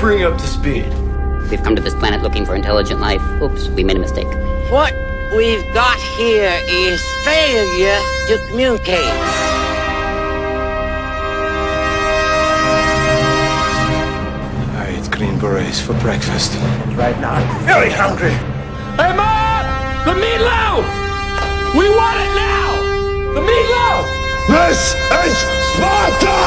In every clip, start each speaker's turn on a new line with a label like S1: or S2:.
S1: bring up to speed.
S2: We've come to this planet looking for intelligent life. Oops, we made a mistake.
S3: What we've got here is failure to communicate.
S1: I ate green berets for breakfast.
S4: Right now.
S1: Very hungry.
S5: Hey, Mom! The meatloaf! We want it now! The meatloaf!
S6: This is Sparta!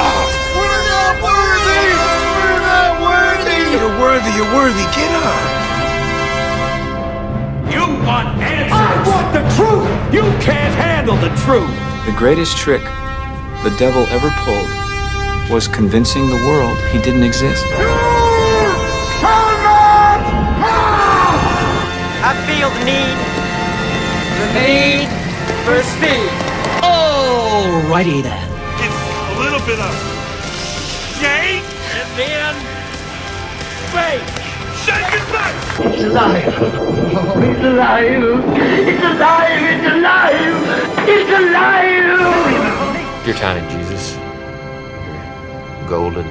S7: We're not worthy! We're not worthy!
S8: You're worthy, you're worthy. Get up!
S5: You want answers! I want the truth! You can't handle the truth!
S9: The greatest trick the devil ever pulled was convincing the world he didn't exist.
S10: I feel the need, the need for speed.
S5: Oh!
S11: Alrighty then.
S12: It's a little bit of shake and then fake. Shake it back.
S13: It's alive. Oh, it's alive. It's alive. It's alive. It's alive.
S14: Your tiny Jesus golden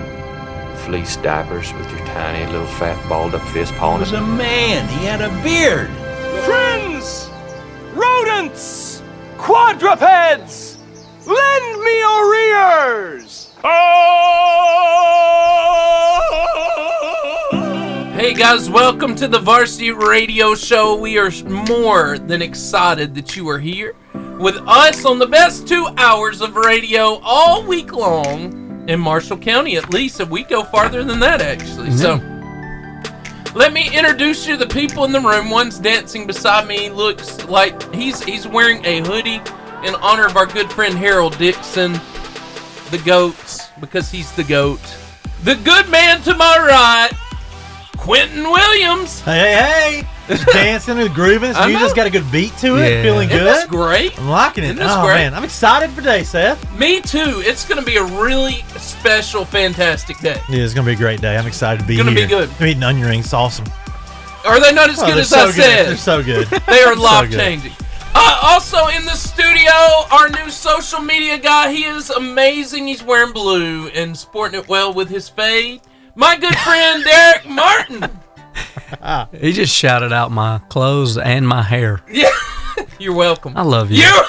S14: fleece diapers with your tiny little fat balled up fist pawing.
S15: was
S14: He
S15: a man. He had a beard.
S16: Friends, rodents, quadrupeds, lend me your ears.
S17: Oh! Hey guys, welcome to the Varsity Radio Show. We are more than excited that you are here with us on the best two hours of radio all week long in Marshall County, at least, if we go farther than that, actually. Mm-hmm. So, let me introduce you to the people in the room. One's dancing beside me. Looks like he's he's wearing a hoodie in honor of our good friend Harold Dixon, the goats, because he's the goat. The good man to my right, Quentin Williams.
S18: Hey, hey, hey. It's dancing and grooving. So you know. just got a good beat to it. Yeah. Feeling good.
S17: That's great.
S18: I'm liking it. oh great? man, I'm excited for today, Seth.
S17: Me too. It's going to be a really special, fantastic day.
S18: Yeah, it's going to be a great day. I'm excited to be
S17: gonna
S18: here.
S17: It's going to be
S18: good. I'm eating onion rings. It's awesome.
S17: Are they not as oh, good as
S18: so
S17: I
S18: good.
S17: said?
S18: They're so good.
S17: they are life so changing. Uh, also in the studio, our new social media guy. He is amazing. He's wearing blue and sporting it well with his fade. My good friend Derek Martin.
S19: he just shouted out my clothes and my hair.
S17: Yeah, you're welcome.
S19: I love you.
S17: you-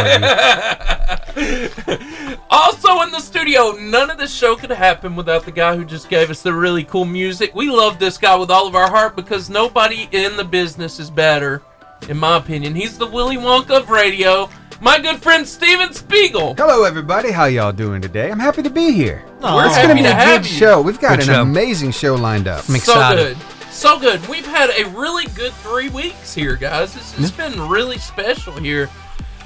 S19: I
S17: love you. also in the studio, none of this show could happen without the guy who just gave us the really cool music. We love this guy with all of our heart because nobody in the business is better, in my opinion. He's the Willy Wonka of radio. My good friend Steven Spiegel.
S20: Hello, everybody. How y'all doing today? I'm happy to be here.
S17: Aww. We're it's going to
S20: be a
S17: good
S20: you. show. We've got good an show. amazing show lined up.
S19: I'm excited.
S17: So good. So good. We've had a really good three weeks here, guys. It's, it's been really special here.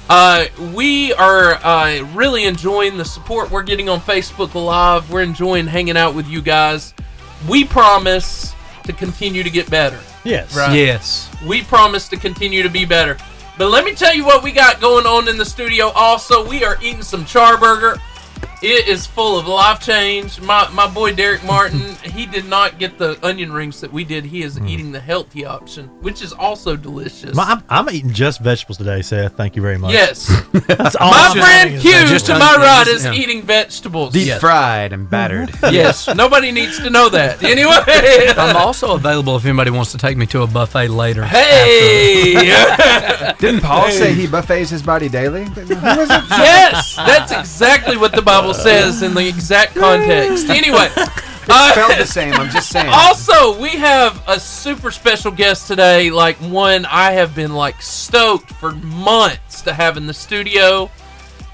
S17: Uh, we are uh, really enjoying the support we're getting on Facebook Live. We're enjoying hanging out with you guys. We promise to continue to get better.
S18: Yes.
S17: Right?
S19: Yes.
S17: We promise to continue to be better. But let me tell you what we got going on in the studio. Also, we are eating some charburger. It is full of life change. My my boy Derek Martin, he did not get the onion rings that we did. He is mm. eating the healthy option, which is also delicious.
S18: Hmm. My, I'm, I'm, eating just vegetables today, Seth. Thank you very much.
S17: Yes, that's all. My I'm friend Q just to my right is yeah. eating vegetables,
S20: deep yes. fried and battered.
S17: yes, nobody needs to know that. Anyway,
S19: I'm also available if anybody wants to take me to a buffet later.
S17: Hey,
S20: didn't Paul say he buffets his body daily?
S17: yes, that's exactly what the Bible says in the exact context. Anyway,
S20: it uh, felt the same. I'm just saying.
S17: Also, we have a super special guest today. Like one I have been like stoked for months to have in the studio.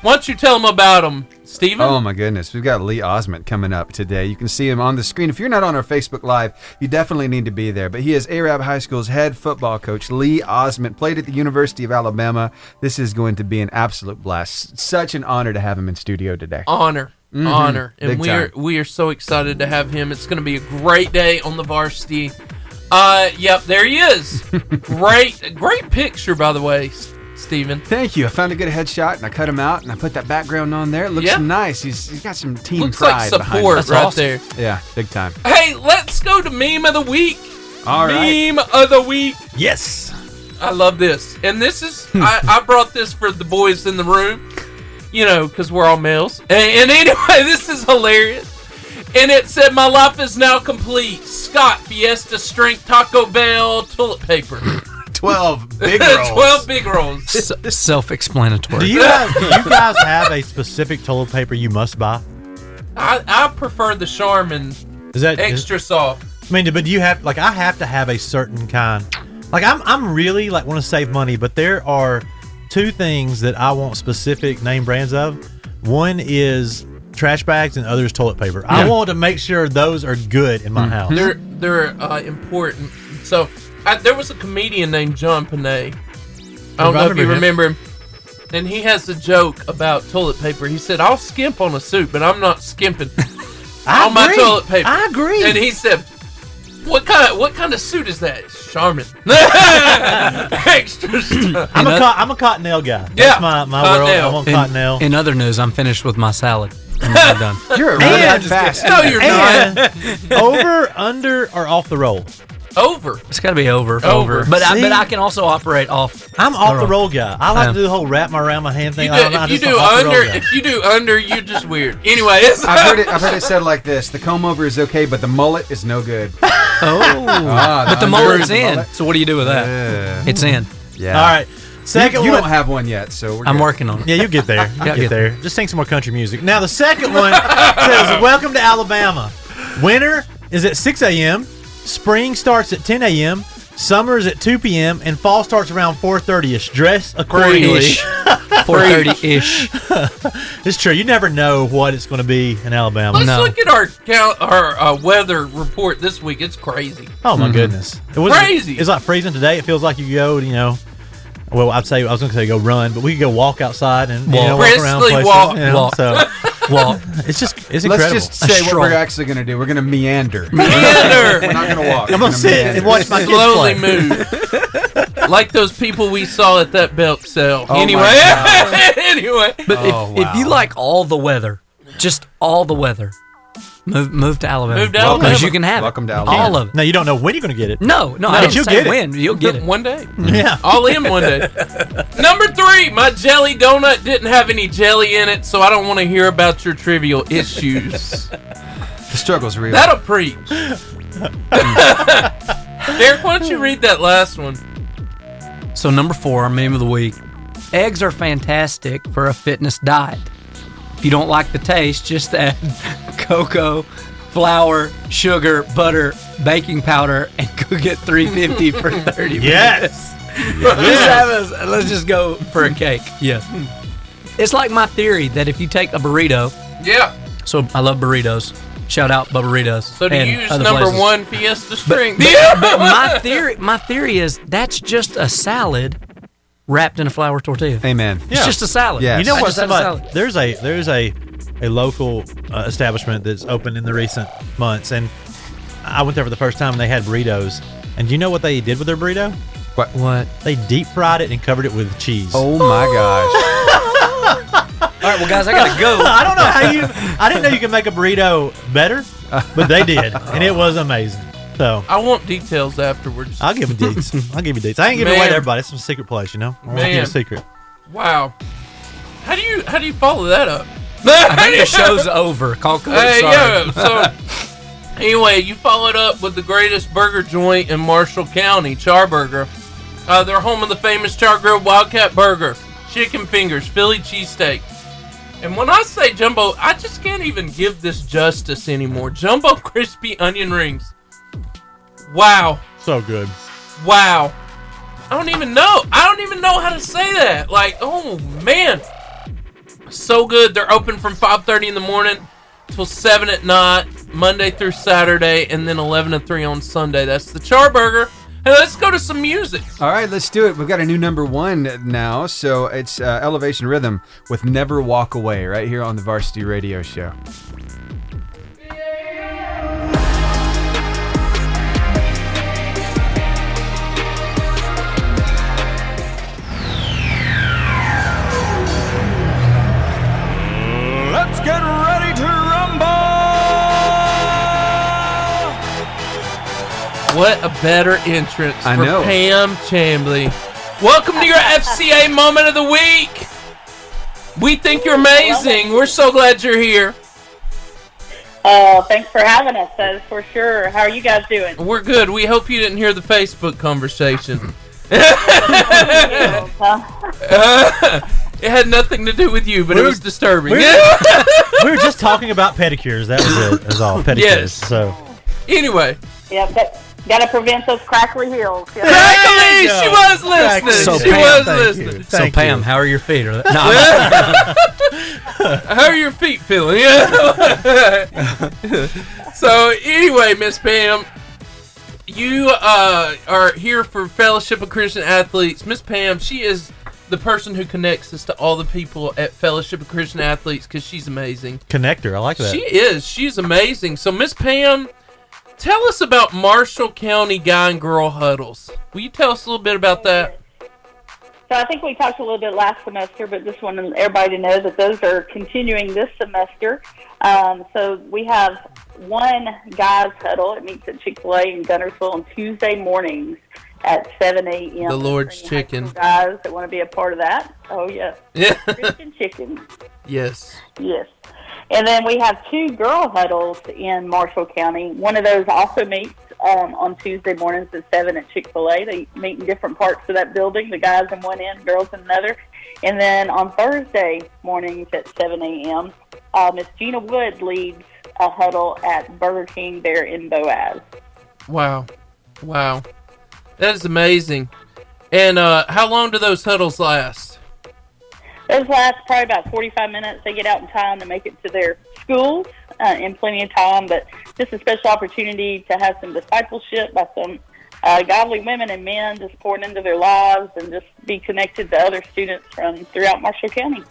S17: Why don't you tell them about him, Steven?
S20: Oh my goodness, we've got Lee Osment coming up today. You can see him on the screen. If you're not on our Facebook Live, you definitely need to be there. But he is Arab High School's head football coach, Lee Osment. Played at the University of Alabama. This is going to be an absolute blast. Such an honor to have him in studio today.
S17: Honor. Mm-hmm. Honor. And Big we time. are we are so excited to have him. It's gonna be a great day on the varsity. Uh yep, there he is. great great picture, by the way. Steven.
S20: Thank you. I found a good headshot and I cut him out and I put that background on there. It looks yeah. nice. He's, he's got some team
S17: looks Looks
S20: pride.
S17: like support
S20: behind
S17: right awesome. there.
S20: Yeah, big time.
S17: Hey, let's go to meme of the week.
S20: All
S17: meme right. of the week.
S18: Yes.
S17: I love this. And this is I, I brought this for the boys in the room. You know, because we're all males. And, and anyway, this is hilarious. and it said, "My life is now complete." Scott Fiesta Strength Taco Bell toilet paper.
S20: 12 big rolls.
S17: 12 big rolls.
S19: S- self-explanatory.
S18: Do you, guys, do you guys have a specific toilet paper you must buy?
S17: I, I prefer the Charmin
S18: Is that
S17: extra soft.
S18: I mean, but do you have like I have to have a certain kind. Like I'm I'm really like want to save money, but there are two things that I want specific name brands of. One is trash bags and others toilet paper. I
S17: Yeah.
S18: want to make sure those are good
S19: Mm-hmm.
S18: in my house.
S17: They're they're uh, important. So I, there was a comedian named John Panay. I don't
S18: I
S17: know if you
S18: remember
S17: remember him. And he has a joke about toilet paper. He said, "I'll skimp on a suit, but I'm not skimping
S18: I
S17: on my
S18: agree.
S17: toilet paper."
S18: I agree.
S17: And he said, "What kind? Of, what kind of suit is that? It's Charmin. Extra stuff.
S18: I'm a co- I'm a cottonelle guy. That's
S17: Yeah,
S18: my, my world.
S17: cottonelle.
S18: I want
S19: In-
S18: cottonelle.
S19: In other news, I'm finished with my salad. I'm done.
S20: You're a
S18: And-
S20: really fast.
S17: No, you're
S18: And-
S17: not.
S18: over, under, or off the roll?
S17: Over.
S19: It's got to be over.
S17: Over.
S19: But I,
S18: See?
S19: but I can also operate off.
S18: I'm off the
S19: roll.
S18: roll guy. I like
S19: Um,
S18: to do the whole wrap my around my
S17: You
S18: hand thing.
S17: do-
S18: I don't know, I
S17: if you
S18: just
S17: do
S18: am off the roll
S17: under,
S18: guy.
S17: if you do under, you're just weird. Anyway, it's
S20: I've heard it. I've heard it said like this: the comb over is okay, but the mullet is no good.
S19: Oh,
S20: Ah,
S19: but
S20: under-
S19: the mullet's in.
S20: mullet.
S19: So what do you do with that?
S20: Yeah.
S19: It's in.
S20: Yeah.
S18: All right. Second
S20: you, you
S18: one.
S20: don't have one yet, so we're
S19: I'm
S20: good.
S19: working on it.
S18: Yeah, you get there. You
S19: Yeah,
S18: get
S19: get
S18: there. Just sing some more country music. Now the second one says, "Welcome to Alabama." Winter is at 6 a.m. Spring starts at 10 a.m. Summer is at 2 p.m. and fall starts around 4:30 ish. Dress accordingly.
S19: Ish. 4:30 ish.
S18: It's true. You never know what it's going to be in Alabama.
S17: Let's
S19: No.
S17: look at our count, our uh, weather report this week. It's crazy.
S19: Mm-hmm.
S18: Oh
S20: Mm-hmm.
S18: my goodness! It was
S17: Crazy.
S18: It's like freezing today. It feels like you go, you know. Well, I'd say I was going to say go run, but we could go walk outside and you
S19: Walk.
S18: know, walk around
S17: Briskly
S18: places.
S17: walk.
S18: you know,
S19: Walk.
S18: So
S19: Well,
S18: it's just it's incredible.
S20: Let's just say what
S19: stroll.
S20: we're actually going to do. We're going to meander. we're
S17: Meander
S20: not going to walk.
S18: I'm
S20: We're
S18: gonna sit
S20: meander.
S18: and watch my kids
S17: slowly
S18: play.
S17: move, like those people we saw at that belt sale.
S20: Oh my
S17: anyway,
S20: God.
S17: anyway,
S19: But
S20: Oh,
S19: if, if you
S20: wow.
S19: like all the weather, just all the weather, move move to Alabama.
S17: Move to
S19: Because
S17: Alabama.
S19: you can have it.
S20: Welcome to
S19: all
S20: Alabama.
S19: of it.
S18: Now you don't know when you're going to get it.
S19: No, no, I
S18: But
S19: didn't
S18: you'll
S19: say
S18: get it.
S19: when. You'll get it.
S17: one day,
S18: Yeah.
S17: all in one day. Number three, my jelly donut didn't have any jelly in it, so I don't want to hear about your trivial issues.
S20: The struggle's real.
S17: That'll preach. Derek, why don't you read that last one?
S19: So number four, our meme of the week: eggs are fantastic for a fitness diet. If you don't like the taste, just add cocoa, flour, sugar, butter, baking powder, and cook at 350 for 30 minutes.
S18: Yes.
S19: Let's, have us- let's just go for a cake. Yes. It's like my theory that if you take a burrito,
S17: Yeah.
S19: so I love burritos. Shout out by burritos.
S17: So do
S19: and
S17: you use
S19: other
S17: number
S19: places.
S17: one Fiesta string?
S19: But, but my theory, my theory is that's just a salad wrapped in a flour tortilla.
S20: Amen.
S19: It's just a salad.
S20: Yeah.
S18: You know
S19: I
S18: what?
S19: just had a
S18: Somebody,
S19: salad.
S18: there's a there's a a local uh, establishment that's opened in the recent months, and I went there for the first time, and they had burritos. And you know what they did with their burrito?
S19: What?
S18: They deep fried it and covered it with cheese.
S20: Oh my gosh.
S19: All right, well, guys, I gotta go.
S18: I don't know how you. I didn't know you could make a burrito better, but they did, and it was amazing. So
S17: I want details afterwards.
S18: I'll give you deets. I'll give you deets. I ain't giving it away
S17: Man.
S18: to everybody. It's some secret place, you know. I want to keep
S17: Man.
S18: it secret.
S17: Wow. How do you how do you follow that up?
S19: I think the show's over. Call code.
S17: Hey,
S19: sorry.
S17: yeah. So anyway, you followed up with the greatest burger joint in Marshall County, Charburger. Uh, they're home of the famous char grilled Wildcat Burger, chicken fingers, Philly cheesesteak. And when I say jumbo, I just can't even give this justice anymore. Jumbo crispy onion rings. Wow.
S18: So good.
S17: Wow. I don't even know. I don't even know how to say that. Like, oh man. So good. They're open from 5:30 in the morning till 7 at night, Monday through Saturday, and then 11 to 3 on Sunday. That's the Charburger. Hey, let's go to some music.
S20: All right, let's do it. We've got a new number one now, so it's uh, Elevation Rhythm with "Never Walk Away" right here on the Varsity Radio Show.
S16: Let's get ready to rumble!
S17: What a better entrance
S20: I
S17: for
S20: know.
S17: Pam Chambly. Welcome to your FCA moment of the week. We think you're amazing. We're so glad you're here.
S4: Oh, thanks for having us. That is for sure. How are you guys doing?
S17: We're good. We hope you didn't hear the Facebook conversation. Uh, it had nothing to do with you, but
S18: We
S17: it
S18: were-
S17: was disturbing.
S18: we were- we were just talking about pedicures. That was it. That's all. Pedicures.
S17: Yes.
S18: So
S17: anyway,
S4: Yep, that, gotta prevent those crackly heels. Yeah.
S17: Crackly! She was listening.
S19: So
S17: she
S19: Pam,
S17: was
S19: thank
S17: listening.
S19: So Pam, how are your feet? Are they- no,
S17: How are your feet feeling? Yeah. so anyway, Miss Pam, you uh, are here for Fellowship of Christian Athletes. Miss Pam, she is the person who connects us to all the people at Fellowship of Christian Athletes because she's amazing.
S18: connector. I like that.
S17: She is. She's amazing. So Miss Pam, tell us about Marshall County Guy and Girl Huddles. Will you tell us a little bit about that?
S4: So I think we talked a little bit last semester, but just want everybody to know that those are continuing this semester. Um, so we have one guys huddle. It meets at Chick Fil A in Gunnersville on Tuesday mornings at seven a.m.
S17: The Lord's
S4: For any high
S17: chicken.
S4: school guys that want to be a part of that. Oh yeah,
S17: Yeah.
S4: Christian chicken.
S17: Yes.
S4: Yes. And then we have two girl huddles in Marshall County. One of those also meets um, on Tuesday mornings at 7 at Chick fil A. They meet in different parts of that building, the guys in one end, girls in another. And then on Thursday mornings at 7 a.m., uh, Miss Gina Wood leads a huddle at Burger King there in Boaz.
S17: Wow. Wow. That is amazing. And uh, how long do those huddles last?
S4: Those last probably about 45 minutes. They get out in time to make it to their schools uh, in plenty of time, but just a special opportunity to have some discipleship by some uh, godly women and men just pouring into their lives and just be connected to other students from throughout Marshall County.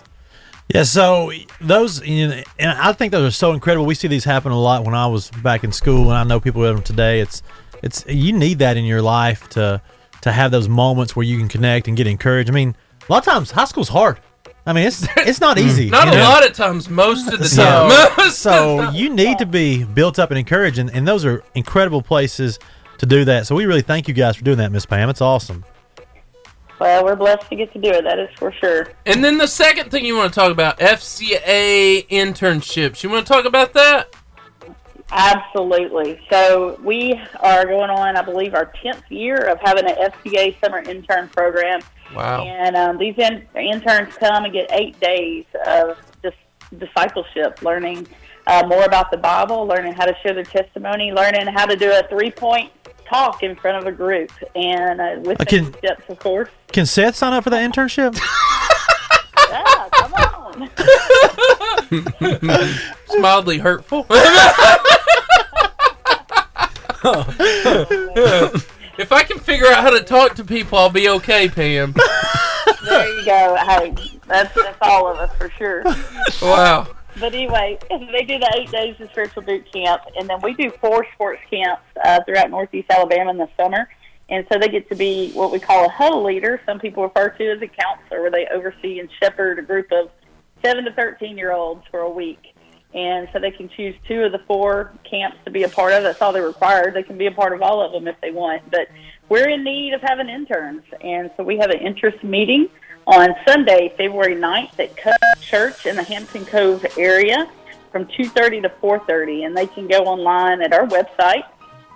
S18: Yeah, so those, you know, and I think those are so incredible. We see these happen a lot when I was back in school, and I know people who have them today. It's, it's you need that in your life to, to have those moments where you can connect and get encouraged. I mean, a lot of times high school's hard. I mean, it's it's not easy.
S17: Not
S18: you
S17: a
S18: know?
S17: lot of times, most of the time.
S18: So, so you need to be built up and encouraged, and, and those are incredible places to do that. So we really thank you guys for doing that, Miss Pam. It's awesome.
S4: Well, we're blessed to get to do it, that is for sure.
S17: and then the second thing you want to talk about, FCA internships. You want to talk about that?
S4: Absolutely. So we are going on, I believe, our 10th year of having an FCA summer intern program.
S17: Wow.
S4: And um, these in- interns come and get eight days of dis- discipleship, learning uh, more about the Bible, learning how to share their testimony, learning how to do a three point talk in front of a group, and uh, with
S18: I can-
S4: some steps, of course.
S18: Can Seth sign up for that internship?
S4: Yeah, come on.
S17: It's mildly hurtful. if I can figure out how to talk to people, I'll be okay, Pam.
S4: There you go. Hey, that's, that's all of us for sure.
S17: Wow.
S4: But anyway, they do the eight days of spiritual boot camp, and then we do four sports camps uh, throughout Northeast Alabama in the summer. And so they get to be what we call a huddle leader. Some people refer to as a counselor, where they oversee and shepherd a group of seven to thirteen year olds for a week. And so they can choose two of the four camps to be a part of. That's all they're required. They can be a part of all of them if they want. But we're in need of having interns, and so we have an interest meeting on Sunday, February 9th at Cove Church in the Hampton Cove area from 2.30 to 4.30. And they can go online at our website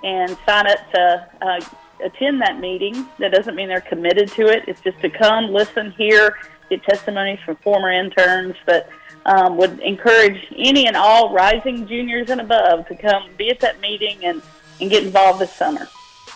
S4: and sign up to uh, attend that meeting. That doesn't mean they're committed to it. It's just to come, listen, hear, get testimonies from former interns, but um, would encourage any and all rising juniors and above to come be at that meeting and, and get involved this summer.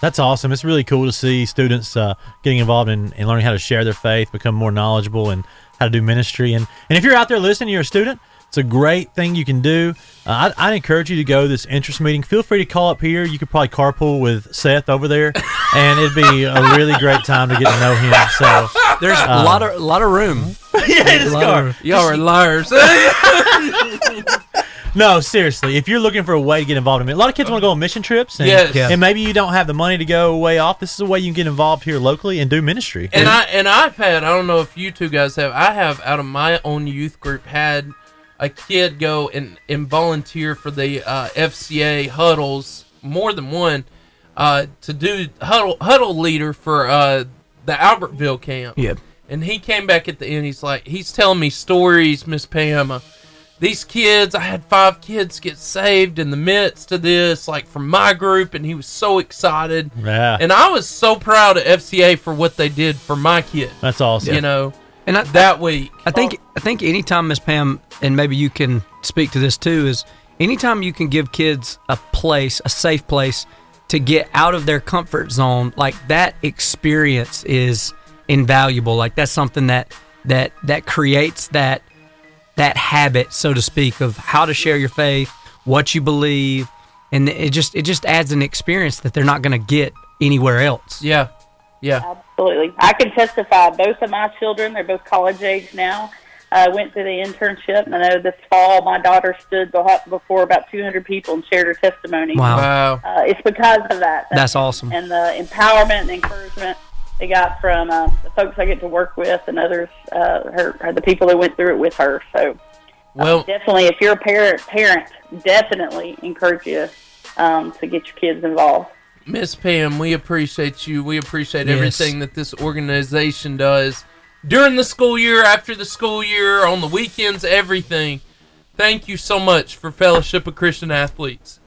S18: That's awesome. It's really cool to see students uh, getting involved in, in learning how to share their faith, become more knowledgeable, and how to do ministry. And, and if you're out there listening, you're a student, it's a great thing you can do. Uh, I, I'd encourage you to go to this interest meeting. Feel free to call up here. You could probably carpool with Seth over there, and it'd be a really great time to get to know him. So
S19: there's a
S18: um,
S19: lot of lot of room.
S18: yeah, just go.
S17: Y'all are liars.
S18: No, seriously. If you're looking for a way to get involved in it, a lot of kids want to go on mission trips, and,
S17: Yes. Yeah.
S18: and maybe you don't have the money to go way off. This is a way you can get involved here locally and do ministry.
S17: And I and I've had I don't know if you two guys have I have out of my own youth group had a kid go and, and volunteer for the uh, FCA huddles more than one uh, to do huddle huddle leader for uh, the Albertville camp.
S19: Yep.
S17: And he came back at the end. He's like he's telling me stories, Miss Pam, uh, these kids, I had five kids get saved in the midst of this, like from my group, and he was so excited.
S18: Yeah.
S17: And I was so proud of FCA for what they did for my kid.
S18: That's awesome.
S17: You know,
S19: and I,
S17: that week.
S19: I think I think anytime Miss Pam, and maybe you can speak to this too, is anytime you can give kids a place, a safe place to get out of their comfort zone, like that experience is invaluable. Like that's something that that that creates that that habit, so to speak, of how to share your faith, what you believe, and it just it just adds an experience that they're not going to get anywhere else.
S17: Yeah, yeah,
S4: absolutely. I can testify. Both of my children, they're both college age now. I uh, went to the internship, and I know this fall my daughter stood before about 200 people and shared her testimony.
S17: Wow,
S4: uh, it's because of that.
S19: That's, That's awesome,
S4: and the empowerment and encouragement they got from uh, the folks I get to work with and others, uh, her, her, the people that went through it with her. So,
S17: well, um,
S4: definitely, if you're a parent, parent definitely encourage you um, to get your kids involved.
S17: Miss Pam, we appreciate you. We appreciate yes. everything that this organization does during the school year, after the school year, on the weekends, everything. Thank you so much for Fellowship of Christian Athletes.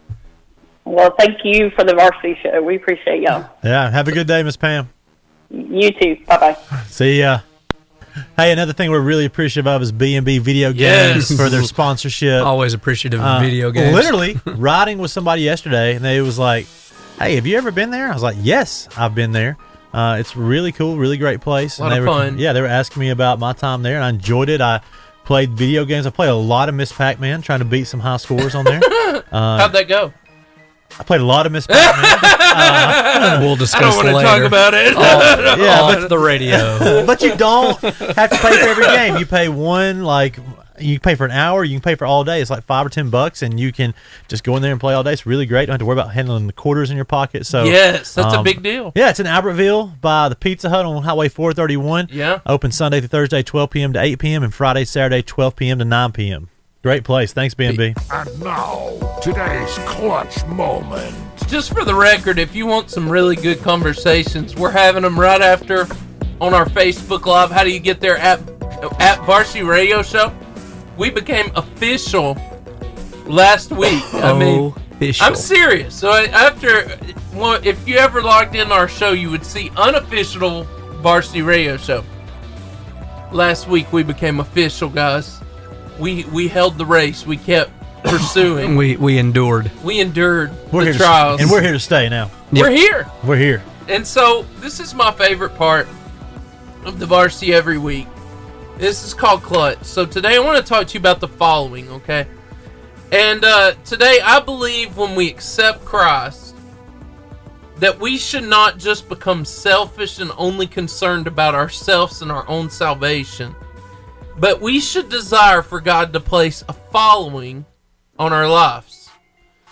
S4: Well, thank you for the varsity show. We appreciate y'all.
S18: Yeah, have a good day, Miss Pam.
S4: You too. Bye bye.
S18: See ya. Hey, another thing we're really appreciative of is B and B Video Games
S17: yes.
S18: for their sponsorship.
S19: Always appreciative of uh, video games.
S18: Literally riding with somebody yesterday, and they was like, "Hey, have you ever been there?" I was like, "Yes, I've been there. Uh, it's really cool, really great place."
S17: A lot
S18: and
S17: of
S18: were,
S17: fun.
S18: Yeah, they were asking me about my time there, and I enjoyed it. I played video games. I played a lot of Miss Pac Man, trying to beat some high scores on there.
S17: uh, How'd that
S18: Um,
S17: go?
S18: I played a lot of Miss Pac-Man.
S19: uh, we'll discuss. I
S17: don't want
S19: later. Oh,
S17: to talk about it.
S18: Oh,
S19: Off, yeah, off but, the radio.
S18: but you don't have to pay for every game. You pay one like you pay for an hour. You can pay for all day. It's like five or ten bucks, and you can just go in there and play all day. It's really great. You don't have to worry about handling the quarters in your pocket. So
S17: yes, that's um, a big deal.
S18: Yeah, it's in Albertville by the Pizza Hut on Highway 431.
S17: Yeah,
S18: open Sunday through Thursday, 12 p.m. to 8 p.m. and Friday, Saturday, 12 p.m. to 9 p.m. Great place. Thanks, BNB.
S21: And now, today's clutch moment.
S17: Just for the record, if you want some really good conversations, we're having them right after on our Facebook Live. How do you get there? At, at Varsity Radio Show. We became official last week. I mean,
S19: official.
S17: I'm serious. So after, well, if you ever logged in our show, you would see unofficial Varsity Radio Show. Last week we became official, guys we we held the race. We kept pursuing.
S19: we we endured.
S17: We endured
S18: we're
S17: the
S18: here
S17: trials,
S18: to, and we're here to stay now.
S17: Yep. We're here.
S18: We're here.
S17: And so this is my favorite part of the varsity every week. This is called clutch. So today I want to talk to you about the following. Okay, and uh, today I believe when we accept Christ. That we should not just become selfish and only concerned about ourselves and our own salvation, but we should desire for God to place a following on our lives.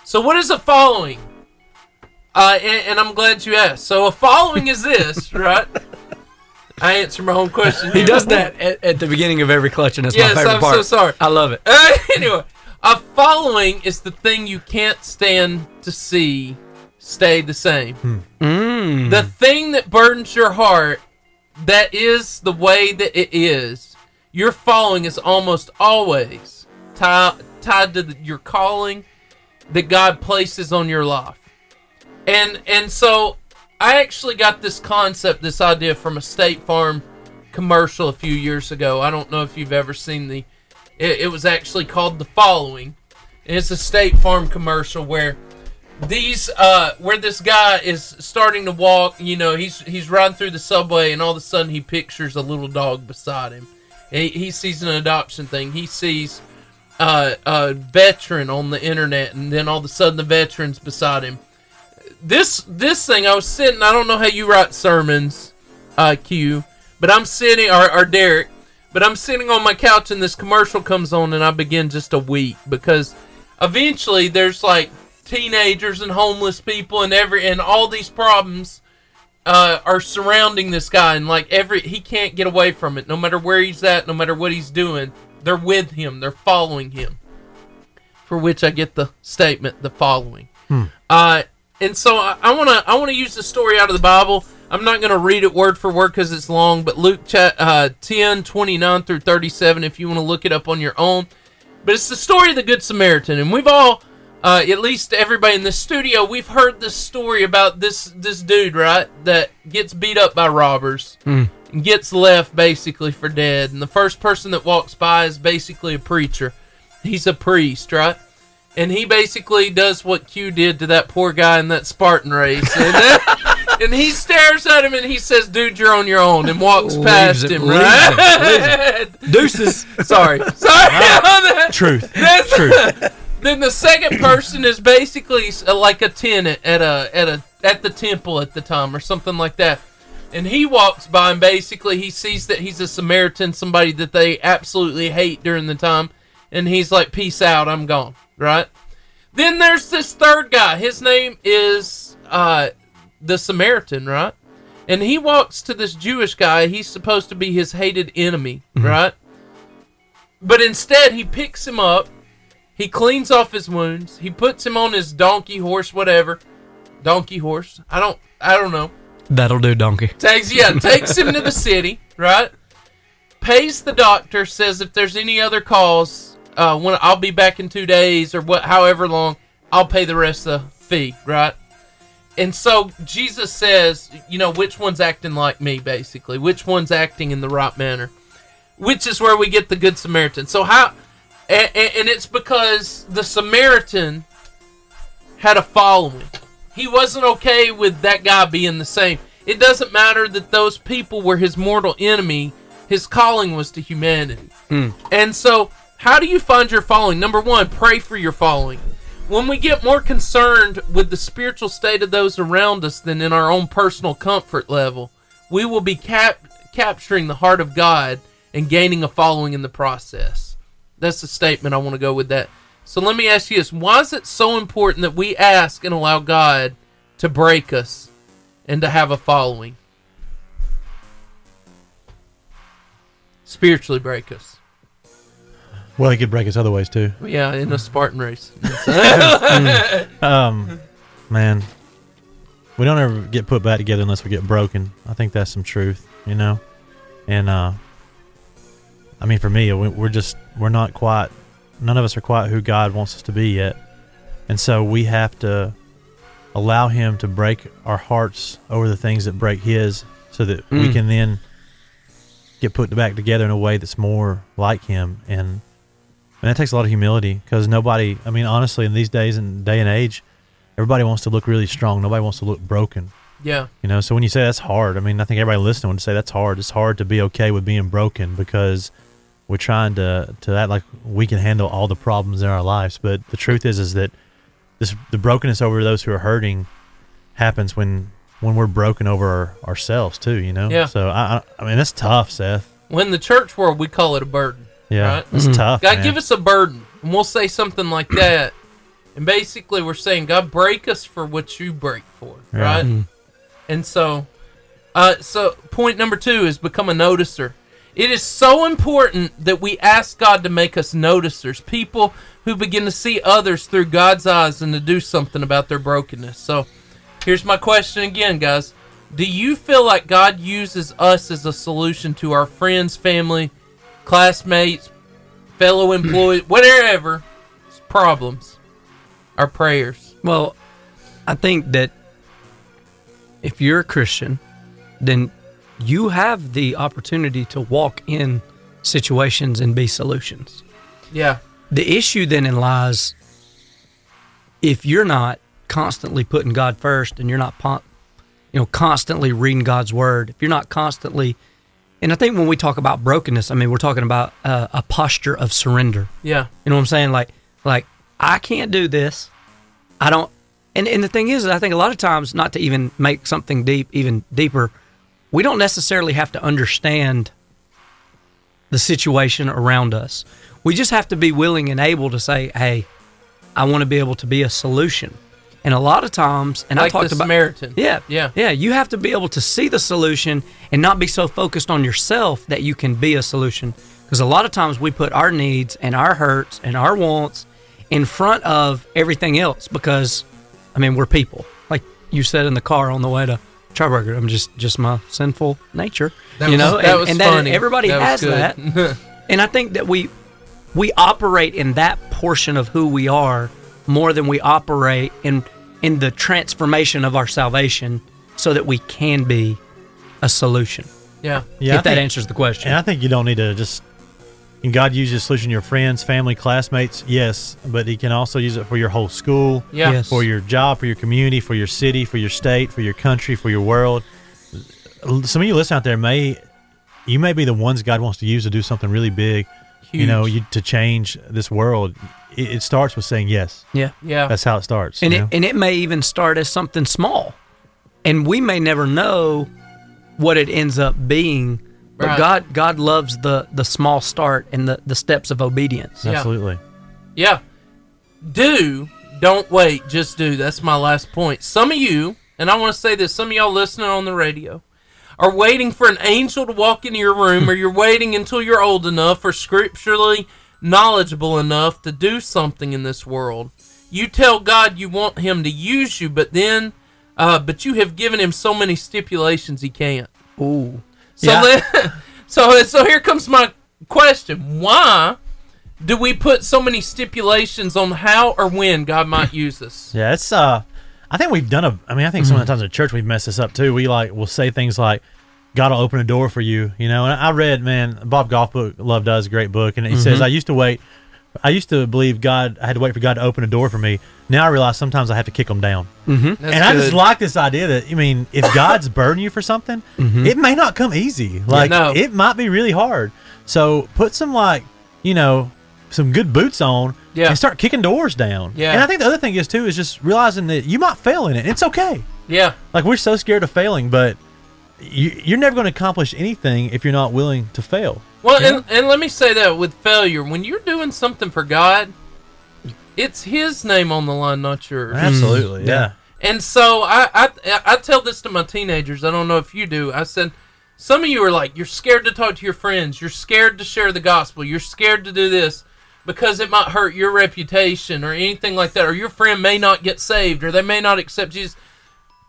S17: So, what is a following? Uh, and, and I'm glad you asked. So, a following is this, right? I answer my own question.
S19: He does that at, at, the beginning of every clutch, and it's
S17: yes,
S19: my favorite
S17: I'm
S19: part.
S17: so sorry.
S19: I love it.
S17: Uh, anyway, a following is the thing you can't stand to see stay the same.
S15: Hmm.
S19: Mm.
S17: The thing that burdens your heart, that is the way that it is your following is almost always tie, tied to the, your calling that God places on your life. And and so I actually got this concept, this idea from a State Farm commercial a few years ago. I don't know if you've ever seen the it, it was actually called The Following. And it's a State Farm commercial where these uh where this guy is starting to walk, you know, he's he's riding through the subway and all of a sudden he pictures a little dog beside him. He, he, sees an adoption thing. He sees uh, a veteran on the internet, and then all of a sudden the veteran's beside him. This this thing, I was sitting. I don't know how you write sermons, uh, Q, but I'm sitting or, or Derek, but I'm sitting on my couch, and this commercial comes on, and I begin just a week because eventually there's like teenagers and homeless people and every and all these problems uh, are surrounding this guy, and like every he can't get away from it. No matter where he's at, no matter what he's doing, they're with him. They're following him. For which I get the statement, the following.
S18: Hmm.
S17: Uh, and so I want to I want to use the story out of the Bible. I'm not going to read it word for word because it's long, but Luke cha- uh, 10, 29 through 37, if you want to look it up on your own. But it's the story of the Good Samaritan, and we've all, uh, at least everybody in the studio, we've heard this story about this this dude, right, that gets beat up by robbers,
S19: Mm.
S17: and gets left basically for dead, and the first person that walks by is basically a preacher. He's a priest, right? And he basically does what Q did to that poor guy in that Spartan race, and, that- and he stares at him and he says, "Dude, you're on your own," and walks
S19: Leaves
S17: past
S19: it,
S17: him,
S19: leaves
S17: right?
S19: it, Deuces.
S17: Sorry. Sorry.
S18: Truth.
S17: That's
S18: Truth.
S17: then the second person is basically s- uh, like a tenant at a at a at the temple at the time or something like that. And he walks by and basically he sees that he's a Samaritan, somebody that they absolutely hate during the time, and he's like, "Peace out, I'm gone." Right? Then there's this third guy. His name is uh, the Samaritan, right? And he walks to this Jewish guy. He's supposed to be his hated enemy, right? But instead, he picks him up. He cleans off his wounds. He puts him on his donkey horse, whatever. Donkey horse. I don't. I don't know.
S19: That'll do, donkey.
S17: Takes yeah, takes him to the city, right? Pays the doctor, says if there's any other cause, uh, when I'll be back in two days or what, however long, I'll pay the rest of the fee, right? And so Jesus says, you know, which one's acting like me, basically, which one's acting in the right manner, which is where we get the Good Samaritan. So how, and, and it's because the Samaritan had a following. He wasn't okay with that guy being the same. It doesn't matter that those people were his mortal enemy. His calling was to humanity.
S19: Mm.
S17: And so, how do you find your following? Number one, pray for your following. When we get more concerned with the spiritual state of those around us than in our own personal comfort level, we will be cap- capturing the heart of God and gaining a following in the process. That's the statement I want to go with that. So let me ask you this why is it so important that we ask and allow God to break us and to have a following? Spiritually break us.
S18: Well, he could break us other ways too.
S17: Yeah,
S18: Hmm.
S17: in a Spartan race.
S18: um, man, we don't ever get put back together unless we get broken. I think that's some truth, you know. And uh, I mean, for me, we- we're just we're not quite. None of us are quite who God wants us to be yet, and so we have to allow Him to break our hearts over the things that break His, so that we
S2: Mm.
S18: can then get put back together in a way that's more like Him and. Um, And that takes a lot of humility because nobody, I mean, honestly, in these days and day and age, everybody wants to look really strong. Nobody wants to look broken.
S17: Yeah.
S18: You know, so when you say that's hard, I mean, I think everybody listening would say that's hard. It's hard to be okay with being broken because we're trying to, to act like we can handle all the problems in our lives. But the truth is, is that this, the brokenness over those who are hurting happens when, when we're broken over our, ourselves too, you know?
S17: Yeah.
S18: So I, I, I mean, that's tough, Seth.
S17: When in the church world, we call it a burden.
S18: Yeah,
S17: Right?
S18: it's Mhm. tough,
S17: God,
S18: man.
S17: give us a burden. And we'll say something like that. And basically, we're saying, God, break us for what you break for.
S18: Yeah.
S17: Right?
S18: Mhm.
S17: And so, uh, so point number two is become a noticer. It is so important that we ask God to make us noticers, people who begin to see others through God's eyes and to do something about their brokenness. So, here's my question again, guys. Do you feel like God uses us as a solution to our friends, family, classmates, fellow employees, whatever problems, our prayers?
S19: Well, I think that if you're a Christian, then you have the opportunity to walk in situations and be solutions.
S17: Yeah.
S19: The issue then in lies if you're not constantly putting God first and you're not pon- you know constantly reading God's word, if you're not constantly and I think when we talk about brokenness, I mean we're talking about uh, a posture of surrender.
S17: Yeah.
S19: You know what I'm saying? Like, like I can't do this. I don't. And and the thing is, I think a lot of times, not to even make something deep, even deeper, we don't necessarily have to understand the situation around us. We just have to be willing and able to say, "Hey, I want to be able to be a solution." And a lot of times, and I
S17: Like
S19: talked
S17: the
S19: about
S17: Samaritan.
S19: Yeah,
S17: Yeah.
S19: yeah. You have to be able to see the solution and not be so focused on yourself that you can be a solution. Because a lot of times we put our needs and our hurts and our wants in front of everything else. Because, I mean, we're people. Like you said in the car on the way to Charburger, I'm just just my sinful nature.
S17: That
S19: you
S17: was-
S19: know,
S17: that
S19: and,
S17: was
S19: and that-
S17: funny.
S19: everybody
S17: That was
S19: has
S17: good.
S19: that. and I think that we we operate in that portion of who we are more than we operate in in the transformation of our salvation so that we can be a solution.
S17: Yeah.
S18: Yeah.
S19: if that answers the question.
S18: And I think you don't need to just. And God uses this solution to your friends, family, classmates, yes, but He can also use it for your whole school,
S17: Yeah. Yes.
S18: for your job, for your community, for your city, for your state, for your country, for your world. Some of you listening out there may, you may be the ones God wants to use to do something really big, you
S17: Huge.
S18: know, you, to change this world. It, it starts with saying yes.
S19: Yeah.
S17: Yeah.
S18: That's how it starts.
S19: And
S18: you know?
S19: it, and it may even start as something small. And we may never know what it ends up being. But
S17: Right.
S19: God God loves the the small start and the, the steps of obedience.
S17: Yeah.
S18: Absolutely.
S17: Yeah. Do, don't wait, just do. That's my last point. Some of you, and I want to say this, some of y'all listening on the radio are waiting for an angel to walk into your room, or you're waiting until you're old enough or scripturally knowledgeable enough to do something in this world. You tell God you want Him to use you, but then, uh, but you have given Him so many stipulations He can't.
S19: Ooh.
S17: So
S19: Yeah.
S17: let- so so here comes my question. Why do we put so many stipulations on how or when God might use us?
S18: Yeah, it's uh I think we've done a I mean, I think some of the times in church we've messed this up too. We like will say things like God'll open a door for you, you know. And I read, man, Bob Goff book Love Does, great book, and he says
S2: Mhm.
S18: I used to wait I used to believe God I had to wait for God to open a door for me. Now I realize sometimes I have to kick them down.
S19: Mm-hmm.
S18: and I just like this idea that I mean, if God's burdening you for something,
S19: Mhm.
S18: it may not come easy. Like
S17: Mm-hmm. no.
S18: it might be really hard. So put some like, you know, some good boots on
S17: Yeah.
S18: and start kicking doors down.
S17: Yeah.
S18: And I think the other thing is too is just realizing that you might fail in it. It's okay.
S17: Yeah.
S18: Like we're so scared of failing, but you, you're never going to accomplish anything if you're not willing to fail.
S17: Well, and, and let me say that with failure, when you're doing something for God, it's His name on the line, not yours.
S18: Absolutely. Yeah.
S17: And so I, I I tell this to my teenagers. I don't know if you do. I said, some of you are like, you're scared to talk to your friends. You're scared to share the gospel. You're scared to do this because it might hurt your reputation or anything like that. Or your friend may not get saved or they may not accept Jesus.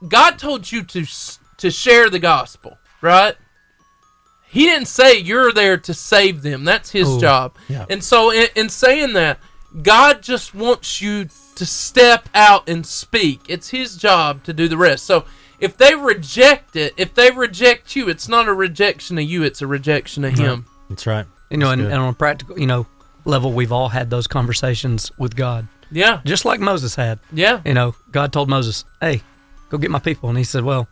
S17: God told you to s- to share the gospel, right? He didn't say you're there to save them. That's his
S22: Ooh,
S17: job.
S22: yeah.
S17: And so, in, in saying that, God just wants you to step out and speak. It's his job to do the rest. So, if they reject it, if they reject you, it's not a rejection of you, it's a rejection of him.
S18: That's right.
S19: You know,
S17: That's
S19: and,
S17: good.
S19: and on a practical, you know, level, we've all had those conversations with God.
S17: Yeah.
S19: Just like Moses had.
S17: Yeah.
S19: You know, God told Moses, hey, go get my people. And he said, well,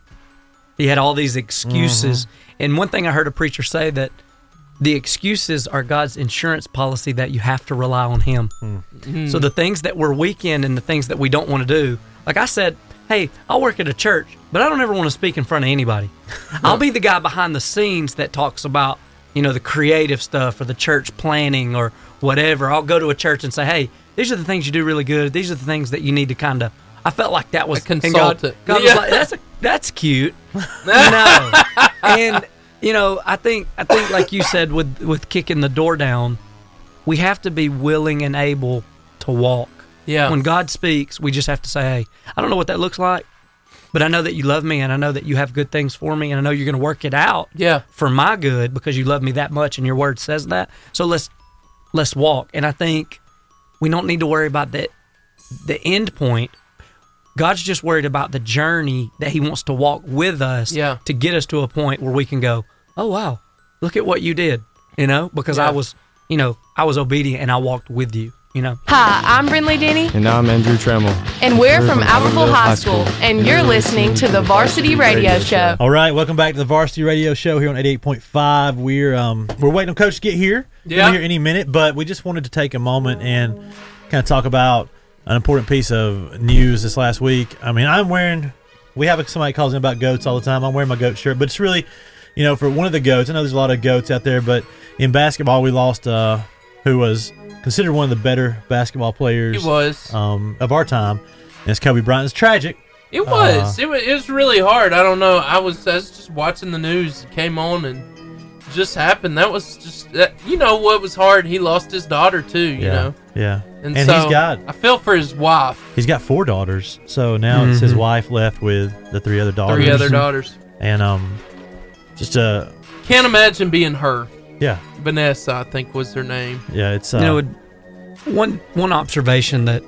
S19: he had all these excuses. And one thing I heard a preacher say that the excuses are God's insurance policy that you have to rely on him.
S17: Mm.
S19: So the things that we're weak in and the things that we don't want to do, like I said, hey, I'll work at a church, but I don't ever want to speak in front of anybody. I'll be the guy behind the scenes that talks about, you know, the creative stuff or the church planning or whatever. I'll go to a church and say, hey, these are the things you do really good. These are the things that you need to kind of. I felt like that was and God-
S17: consultant.
S19: God was
S17: Yeah.
S19: like, that's a, that's cute. no, and you know, I think I think like you said with with kicking the door down, we have to be willing and able to walk.
S17: Yeah.
S19: When God speaks, we just have to say, "Hey, I don't know what that looks like, but I know that you love me, and I know that you have good things for me, and I know you're going to work it out.
S17: Yeah.
S19: For my good, because you love me that much, and your word says that. So let's let's walk. And I think we don't need to worry about that the end point. God's just worried about the journey that He wants to walk with us
S17: Yeah.
S19: to get us to a point where we can go, oh, wow, look at what you did, you know, because I
S17: Yeah.
S19: was, you know, I was obedient and I walked with you, you know.
S23: Hi, I'm Brinley Denny,
S24: And I'm Andrew Trammell.
S23: and we're from Albertville High School, and you're listening to the Varsity Radio Show.
S18: All right, welcome back to the Varsity Radio Show here on 88.5. We're um we're waiting on Coach to get here. He'll be
S17: Yeah.
S18: here any minute, but we just wanted to take a moment and kind of talk about an important piece of news this last week. I mean, I'm wearing we have somebody calls in about goats all the time. I'm wearing my goat shirt, but it's really, you know, for one of the goats. I know there's a lot of goats out there, but in basketball, we lost uh who was considered one of the better basketball players
S17: He was.
S18: um of our time. And it's Kobe Bryant. It's tragic. Uh,
S17: It was.
S18: Uh-huh.
S17: it was. It was really hard. I don't know. I was. I was just watching the news. It came on and just happened. That was just. That, you know what was hard? He lost his daughter too. You
S18: Yeah.
S17: know.
S18: Yeah.
S17: And,
S18: And
S17: so
S18: he's got-
S17: I feel for his wife.
S18: He's got four daughters, so now it's his
S17: Mhm.
S18: wife left with the Mm-hmm. three other daughters.
S17: Three other daughters.
S18: and um, just uh,
S17: Can't imagine being her.
S18: Yeah.
S17: Vanessa, I think was her name.
S18: Yeah, it's uh,
S19: you know one one observation that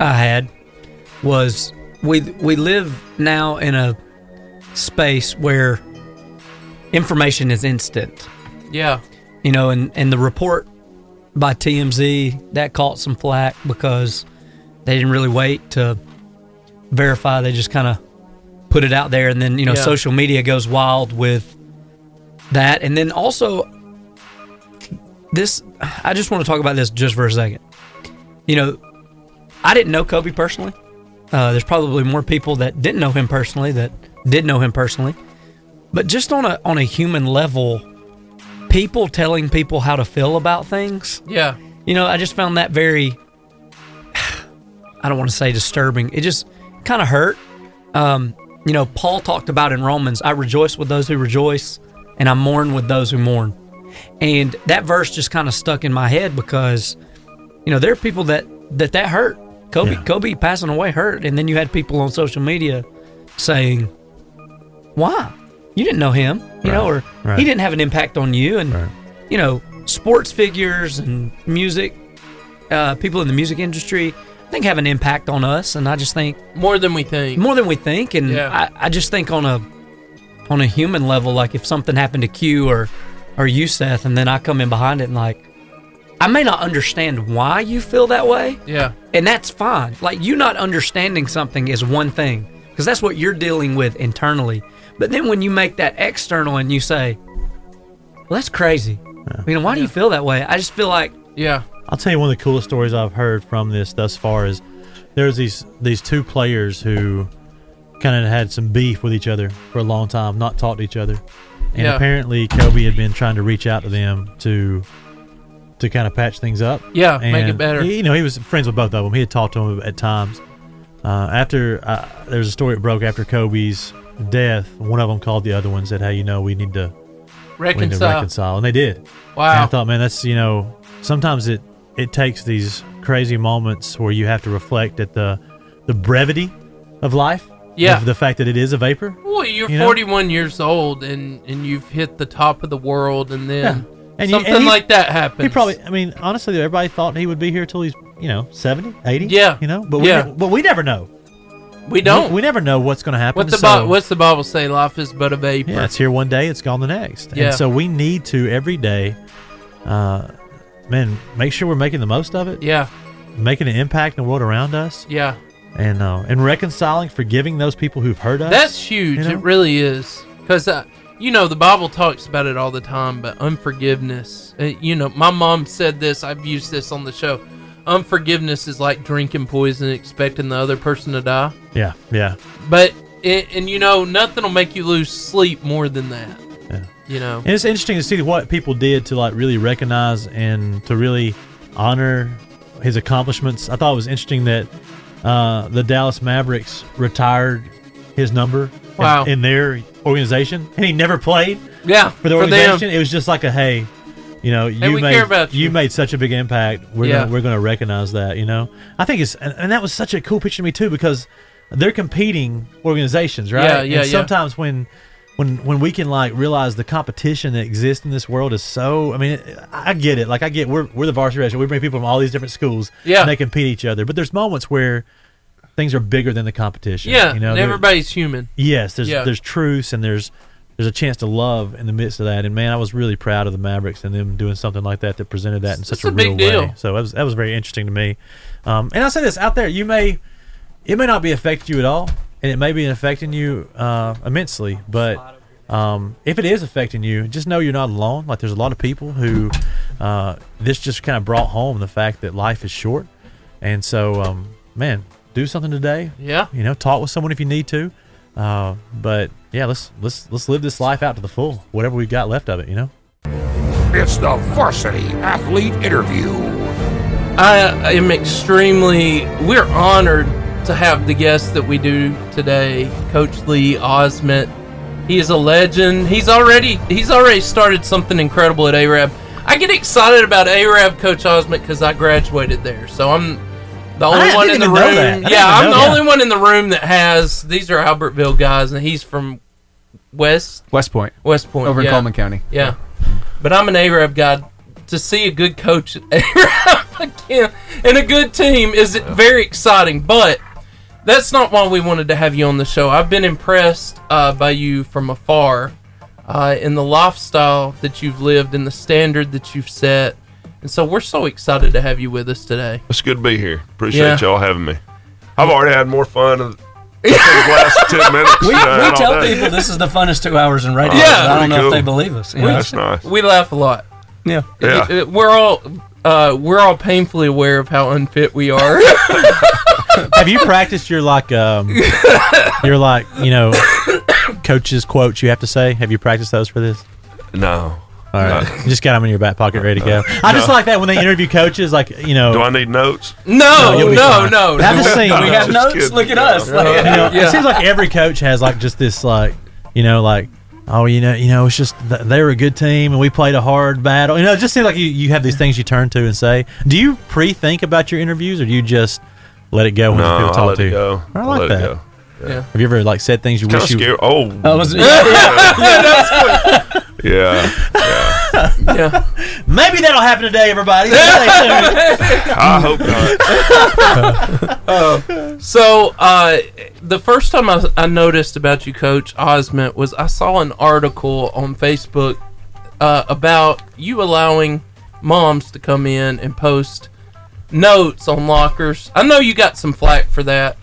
S19: I had was we we live now in a space where information is instant.
S17: Yeah.
S19: You know, and and the report by TMZ that caught some flack because they didn't really wait to verify. They just kind of put it out there, and then you know,
S17: Yeah.
S19: social media goes wild with that. And then also, this I just want to talk about this just for a second. You know, I didn't know Kobe personally. Uh, there's probably more people that didn't know him personally that did know him personally, but just on a on a human level, people telling people how to feel about things.
S17: Yeah.
S19: You know, I just found that very I don't want to say disturbing. It just kind of hurt. Um, you know, Paul talked about in Romans, I rejoice with those who rejoice and I mourn with those who mourn. And that verse just kind of stuck in my head because you know, there are people that that that hurt. Kobe Kobe passing away hurt and then you had people on social media saying, "Why? You didn't know him." You know, or
S18: Right.
S19: he didn't have an impact on you and you know, sports figures and music uh, people in the music industry I think have an impact on us, and I just think
S17: more than we think,
S19: more than we think, and I, I just think on a on a human level, like if something happened to Q or or you, Seth, and then I come in behind it and like I may not understand why you feel that way,
S17: Yeah.
S19: and that's fine. Like you not understanding something is one thing because that's what you're dealing with internally. But then when you make that external and you say, "Well, that's crazy," you know, why do you feel that way? I just feel like
S17: yeah,
S18: I'll tell you one of the coolest stories I've heard from this thus far is there's these these two players who kind of had some beef with each other for a long time, not talked to each other, and
S17: Yeah.
S18: apparently Kobe had been trying to reach out to them to to kind of patch things up.
S17: Yeah, make it
S18: And
S17: better.
S18: he- you know, he was friends with both of them. He had talked to them at times. Uh, after uh, there's a story that broke after Kobe's death, one of them called the other one, said, "Hey, you know, we need to we need to
S17: Reconcile.
S18: reconcile," and they did.
S17: Wow.
S18: And I thought, man, that's you know, sometimes it it takes these crazy moments where you have to reflect at the the brevity of life.
S17: Yeah.
S18: of the fact that it is a vapor.
S17: Well, you're
S18: You know?
S17: 41 years old and and you've hit the top of the world, and then
S18: And you- and
S17: something
S18: he-
S17: like that happens.
S18: He probably, I mean, honestly, everybody thought he would be here till he's, you know, 70, 80.
S17: Yeah.
S18: You know, but we,
S17: Yeah.
S18: ne- but we never know.
S17: We don't.
S18: We, never know what's going to happen.
S17: What the
S18: so-
S17: Bi- what's the Bible say? Life is but a vapor.
S18: Yeah, it's here one day, it's gone the next.
S17: Yeah.
S18: And so we need to every day, uh, man, make sure we're making the most of it.
S17: Yeah.
S18: Making an impact in the world around us.
S17: Yeah.
S18: And uh, and reconciling, forgiving those people who've hurt us.
S17: That's huge.
S18: you know?
S17: It really is. Because, uh, you know, the Bible talks about it all the time, but unforgiveness. Uh, you know, my mom said this. I've used this on the show. Unforgiveness is like drinking poison, expecting the other person to die.
S18: Yeah, yeah.
S17: But, it, and you know, nothing will make you lose sleep more than that.
S18: Yeah.
S17: You know?
S18: And it's interesting to see what people did to like really recognize and to really honor his accomplishments. I thought it was interesting that uh, the Dallas Mavericks retired his number in-
S17: Wow.
S18: in, their organization, and he never played.
S17: Yeah,
S18: for the
S17: for them.
S18: organization, it was just like a hey, you know, you
S17: we
S18: made
S17: care about
S18: you. made such a big impact. We're
S17: Yeah.
S18: gonna, we're going to recognize that. You know, I think it's and, and that was such a cool picture to me too because they're competing organizations, right?
S17: Yeah, yeah,
S18: And
S17: yeah.
S18: sometimes when when when we can like realize the competition that exists in this world is so I mean I I get it like I get we're we're the varsity ratio we bring people from all these different schools
S17: Yeah.
S18: and they compete each other but there's moments where things are bigger than the competition
S17: Yeah.
S18: you know
S17: and
S18: There-
S17: everybody's human.
S18: yes there's
S17: Yeah.
S18: there's truths and there's there's a chance to love in the midst of that and man I was really proud of the Mavericks and them doing something like that that presented that in such
S17: a
S18: a,
S17: big
S18: real
S17: deal.
S18: way so that was that was very interesting to me um, and I say this out there you may it may not be affecting you at all, and it may be affecting you uh, immensely. But um, if it is affecting you, just know you're not alone. Like there's a lot of people who uh, this just kind of brought home the fact that life is short, and so um, man, do something today.
S17: Yeah.
S18: you know, talk with someone if you need to. Uh, but yeah, let's let's let's live this life out to the full, whatever we've got left of it. You know.
S21: It's the Varsity Athlete Interview.
S17: I am extremely. We're honored to have the guest that we do today, Coach Lee Osment. He is a legend. He's already he's already started something incredible at Arab. I get excited about Arab Coach Osment because I graduated there, so I'm the only
S18: I
S17: one in
S18: didn't
S17: the
S18: even know that. I
S17: room.
S18: didn't
S17: Yeah, I'm
S18: even know
S17: the
S18: that.
S17: only one in the room that has. These are Albertville guys, and he's from West
S20: West Point.
S17: West Point
S20: Over in
S17: yeah.
S20: Coleman County.
S17: Yeah. But I'm an Arab guy. To see a good coach again and a good team is very exciting. But that's not why we wanted to have you on the show. I've been impressed uh, by you from afar uh, in the lifestyle that you've lived and the standard that you've set. And so we're so excited to have you with us today.
S2: It's good to be here. Appreciate y'all having me. I've already had more fun in the last ten minutes.
S19: We, we
S2: than I had all
S19: tell
S2: day.
S19: people this is the funnest two hours in radio.
S2: Oh,
S19: but I
S2: pretty
S19: don't know
S2: cool.
S19: if they believe us. you
S2: Yeah,
S19: know.
S2: that's nice.
S17: We laugh a lot.
S19: Yeah.
S2: Yeah.
S17: It- it- we're all uh, we're all painfully aware of how unfit we are.
S18: Have you practiced your like um your like, you know, coaches quotes you have to say? Have you practiced those for this?
S2: No.
S18: All right.
S2: No.
S18: You just got them in your back pocket ready to go. I just
S2: No.
S18: like that when they interview coaches like, you know,
S2: Do I need notes?
S17: No,
S18: you'll be
S17: no,
S18: fine.
S17: no,
S18: I've
S17: no.
S18: just seen-
S17: We have
S2: Just
S17: notes?
S2: kidding.
S17: Look at us.
S2: No.
S17: Like-
S18: you know,
S17: Yeah.
S18: it seems like every coach has like just this like, you know, like oh, you know, you know, it's just th- they were a good team and we played a hard battle. You know, it just seems like you, you have these things you turn to and say. Do you pre-think about your interviews or do you just let it go when
S2: No,
S18: people
S2: I
S18: talk
S2: let
S18: to
S2: it
S18: you?
S2: go.
S18: I
S2: I
S18: like
S2: let it
S18: that.
S2: go. Yeah.
S18: Have you ever like said things you
S2: Kind of
S18: wish you
S2: scary. Oh,
S19: I was- yeah, yeah, yeah, that's
S2: yeah.
S17: yeah.
S18: Maybe that'll happen today, everybody. Stay tuned.
S2: I hope not.
S17: Um, So uh, the first time I, I noticed about you, Coach Osment, was I saw an article on Facebook uh, about you allowing moms to come in and post notes on lockers. I know you got some flack for that.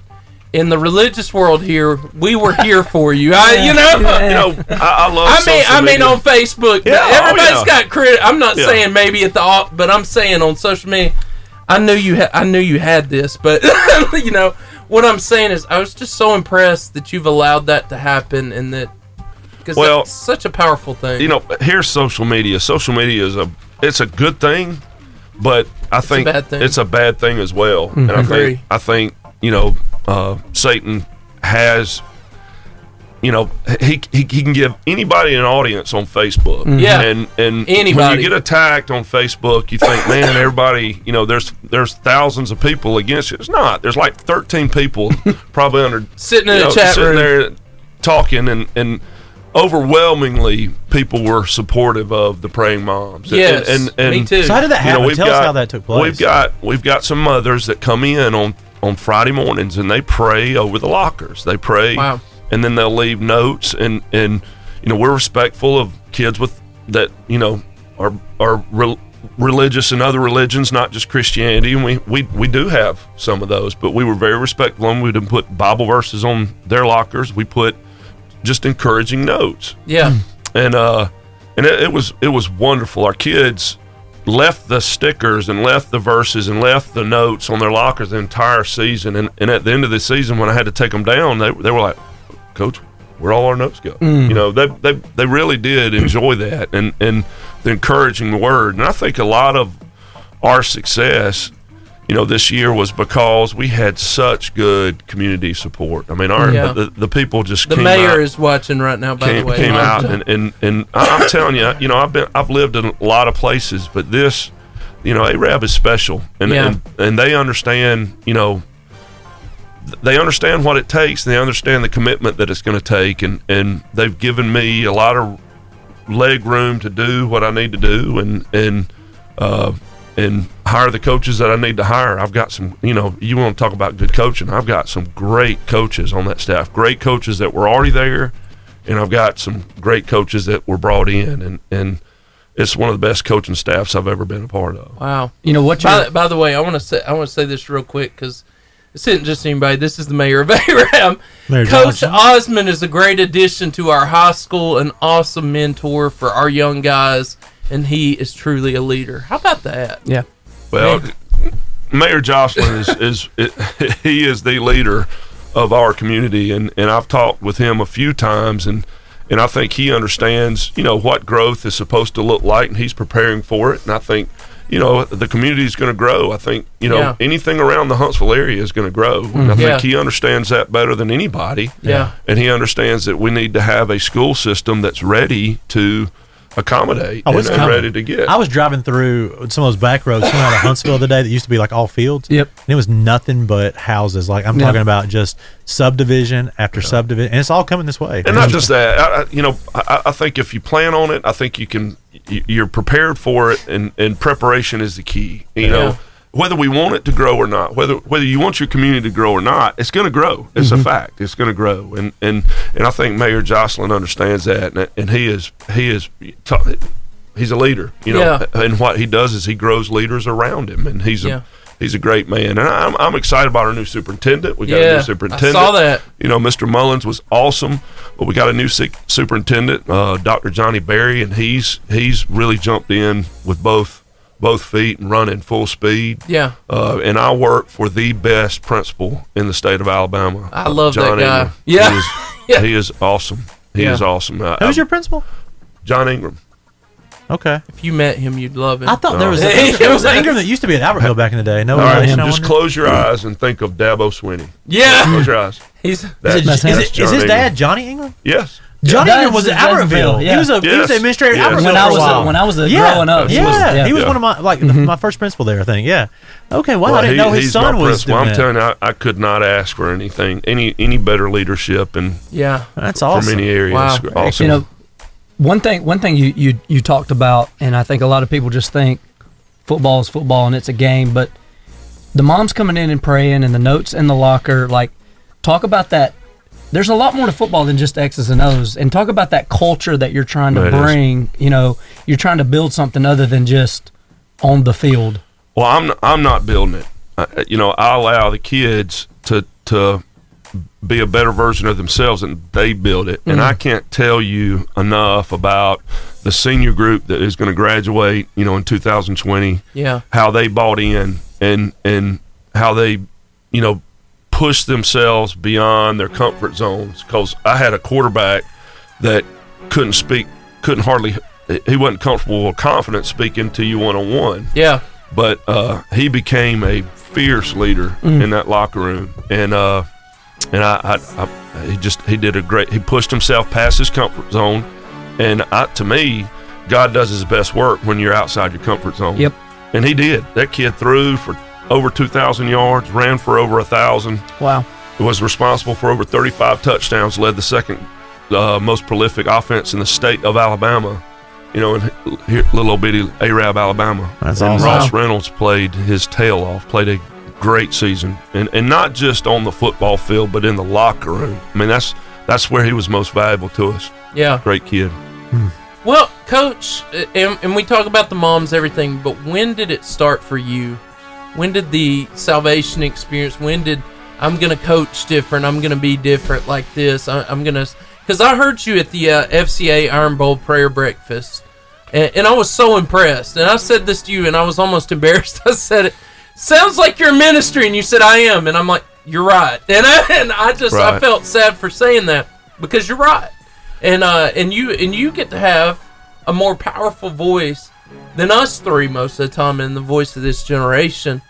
S17: In the religious world here, we were here for you. I, you know,
S2: Uh, You know, I, I love.
S17: I mean,
S2: social
S17: I mean
S2: media.
S17: on Facebook,
S2: Yeah, oh,
S17: everybody's
S2: yeah.
S17: got credit. I'm not
S2: Yeah.
S17: saying maybe at the op, but I'm saying on social media. I knew you. Ha- I knew you had this, but you know what I'm saying is, I was just so impressed that you've allowed that to happen, and that because
S2: Well,
S17: that's such a powerful thing.
S2: you know, here's social media. Social media is a it's a good thing, but I think
S17: bad thing. Mm-hmm.
S2: it's a bad thing as well. And I
S17: Agree.
S2: think I think you know uh, Satan has you know he, he he can give anybody an audience on Facebook.
S17: Mhm. Yeah.
S2: and and when
S17: Anybody.
S2: you get attacked on Facebook, you think, man, everybody you know there's there's thousands of people against you. It's not. There's like 13 people probably under
S17: Sitting in
S2: you
S17: a chat
S2: sitting
S17: room.
S2: there talking and and overwhelmingly people were supportive of the praying moms. And-
S17: Yes,
S2: and, and,
S17: me too. So
S18: how did that
S2: you know,
S18: happen?
S2: we've
S18: Tell us how that took place.
S2: We've got we've got some mothers that come in on on Friday mornings and they pray over the lockers. They pray
S17: Wow.
S2: and then they'll leave notes and and you know we're respectful of kids with that you know are are re- religious and other religions not just christianity and we, we we do have some of those but we were very respectful and we didn't put bible verses on their lockers we put just encouraging notes
S17: yeah,
S2: and uh and it, it was it was wonderful our kids left the stickers and left the verses and left the notes on their lockers the entire season and, and at the end of the season when i had to take them down they, they were like coach where all our notes go you know they, they they really did enjoy that and and the encouraging word and i think a lot of our success you know this year was because we had such good community support i mean our
S17: Yeah.
S2: the, the people just
S17: the
S2: came
S17: mayor
S2: out
S17: is watching right now. By
S2: came,
S17: the way,
S2: came out
S17: Elijah.
S2: and, and and I- I'm telling you, you know, I've been I've lived in a lot of places, but this, you know, Arab is special, and
S17: Yeah.
S2: and, and they understand, you know, th- they understand what it takes, and they understand the commitment that it's going to take, and and they've given me a lot of leg room to do what I need to do, and and uh, and hire the coaches that I need to hire. I've got some, you know, you want to talk about good coaching? I've got some great coaches on that staff, great coaches that were already there, and I've got some great coaches that were brought in, and and it's one of the best coaching staffs I've ever been a part of.
S17: Wow.
S19: You know what?
S17: By,
S19: your-
S17: by the way, I want to say I want to say this real quick because this isn't just anybody. This is the mayor of Aram.
S18: Mayor
S17: Coach
S18: Johnson.
S17: Osmond is a great addition to our high school, an awesome mentor for our young guys, and he is truly a leader. How about that?
S19: Yeah.
S2: Well, Mayor Jocelyn is, is he is the leader of our community, and, and I've talked with him a few times, and and I think he understands, you know, what growth is supposed to look like, and he's preparing for it. And I think, you know, the community is going to grow. I think, you know,
S17: Yeah. Mm-hmm.
S2: anything around the Huntsville area is going to grow. And I think
S17: Yeah.
S2: he understands that better than anybody.
S17: Yeah.
S2: And he understands that we need to have a school system that's ready to accommodate oh, and, and ready to get.
S18: I was driving through some of those back roads coming out of Huntsville the day that used to be like all fields.
S19: Yep.
S18: And it was nothing but houses. Like I'm
S19: Yeah.
S18: talking about just subdivision after subdivision. And it's all coming this way.
S2: And not just that, I, I- you know, I, I think if you plan on it, I think you can. you- You're prepared for it, and, and preparation is the key. You
S18: Yeah.
S2: know, whether we want it to grow or not, whether whether you want your community to grow or not, it's going to grow. It's a
S17: Mm-hmm.
S1: Mhm.
S2: fact. It's going to grow, and and and I think Mayor Jocelyn understands that, and, and he is he is. t- He's a leader, you know, and what he does is he grows leaders around him, and he's
S17: Yeah.
S2: a he's a great man, and I'm, I'm excited about our new superintendent. We got a
S17: Yeah, I
S2: new superintendent.
S17: saw that.
S2: You know, Mr. Mullins was awesome, but we got a new si- superintendent, uh, Dr. Johnny Berry, and he's he's really jumped in with both both feet and running full speed.
S17: Yeah.
S2: Uh, and I work for the best principal in the state of Alabama.
S17: I love that guy.
S2: He
S17: Yeah.
S2: is- He
S17: Yeah.
S2: is, awesome. He is
S17: Yeah.
S2: awesome. Who's
S18: Who's your principal?
S2: John Ingram?
S18: Okay.
S17: If you met him, you'd love him.
S18: I thought there was there was an Ingram that used to be at Albert Hill back in the day. No
S2: All right,
S18: relation, I
S2: just
S18: wonder?
S2: close your eyes and think of Dabo Swinney.
S17: Yeah.
S2: Close your eyes.
S17: He's
S2: That-
S18: is, it, is,
S2: that's
S18: it,
S2: John
S18: is his
S2: Ingram.
S18: dad Johnny Ingram?
S2: Yes.
S18: Johnny
S11: Yeah.
S18: Ingram was at
S11: That's- that's
S18: Albertville.
S11: Bill, yeah.
S18: He was a he was
S2: Yes.
S18: an administrator
S2: Yes.
S18: at Albertville
S2: When I
S18: for a
S2: was a-
S18: while.
S11: when I was a-
S18: yeah.
S11: growing up, he
S18: Yeah,
S11: was- yeah. Mm-hmm.
S18: he was
S2: Yeah.
S18: one of my like my first principal there. I think. Yeah. Okay. Wow.
S2: Well,
S18: I didn't
S2: he-
S18: know his
S2: he's my
S18: son was
S2: principal.
S18: doing
S2: I'm
S18: that.
S2: telling you, I, I could not ask for anything, any any better leadership, and
S17: Yeah.
S18: That's
S2: from
S18: awesome.
S2: any area. It's Awesome.
S19: You know, one thing one thing you, you you talked about, and I think a lot of people just think football is football and it's a game, but the mom's coming in and praying and the notes in the locker, like talk about that. There's a lot more to football than just X's and O's, and talk about that culture that you're trying to
S2: It is.
S19: bring. You know, you're trying to build something other than just on the field.
S2: Well, I'm I'm not building it. I, you know, I allow the kids to to be a better version of themselves, and they build it. And
S1: Mhm.
S18: Mm.
S2: I can't tell you enough about the senior group that is going to graduate. You know, in 2020,
S17: Yeah.
S2: how they bought in and and how they, you know, pushed themselves beyond their comfort zones. Because I had a quarterback that couldn't speak, couldn't hardly, he wasn't comfortable or confident speaking to you one on one
S17: Yeah.
S2: but uh, he became a fierce leader
S17: Mm.
S2: in that locker room, and uh, and I, I, I he just he did a great. He pushed himself past his comfort zone, and I, to me, God does His best work when you're outside your comfort zone.
S19: Yep.
S2: and he did. That kid threw for over two thousand yards, ran for over a thousand
S19: Wow.
S2: was responsible for over 35 touchdowns, led the second uh, most prolific offense in the state of Alabama. You know, in here, little old bitty Arab, Alabama.
S18: That's
S2: and
S18: awesome.
S2: Ross
S18: Wow.
S2: Reynolds played his tail off, played a great season, and and not just on the football field, but in the locker room. I mean, that's that's where he was most valuable to us.
S17: Yeah.
S2: great kid.
S17: Well, coach, uh, and, and we talk about the moms, everything, but when did it start for you? When did the salvation experience? When did I'm going to coach different? I'm going to be different like this. I, I'm going to. Because I heard you at the uh, FCA Iron Bowl prayer breakfast, and, and I was so impressed. And I said this to you, and I was almost embarrassed. I said it. Sounds like you're ministry, and you said I am, and I'm like, you're right. And I, and I just I
S2: Right.
S17: felt sad for saying that because you're right and uh, and you and you get to have a more powerful voice than us three most of the time, and the voice of this generation.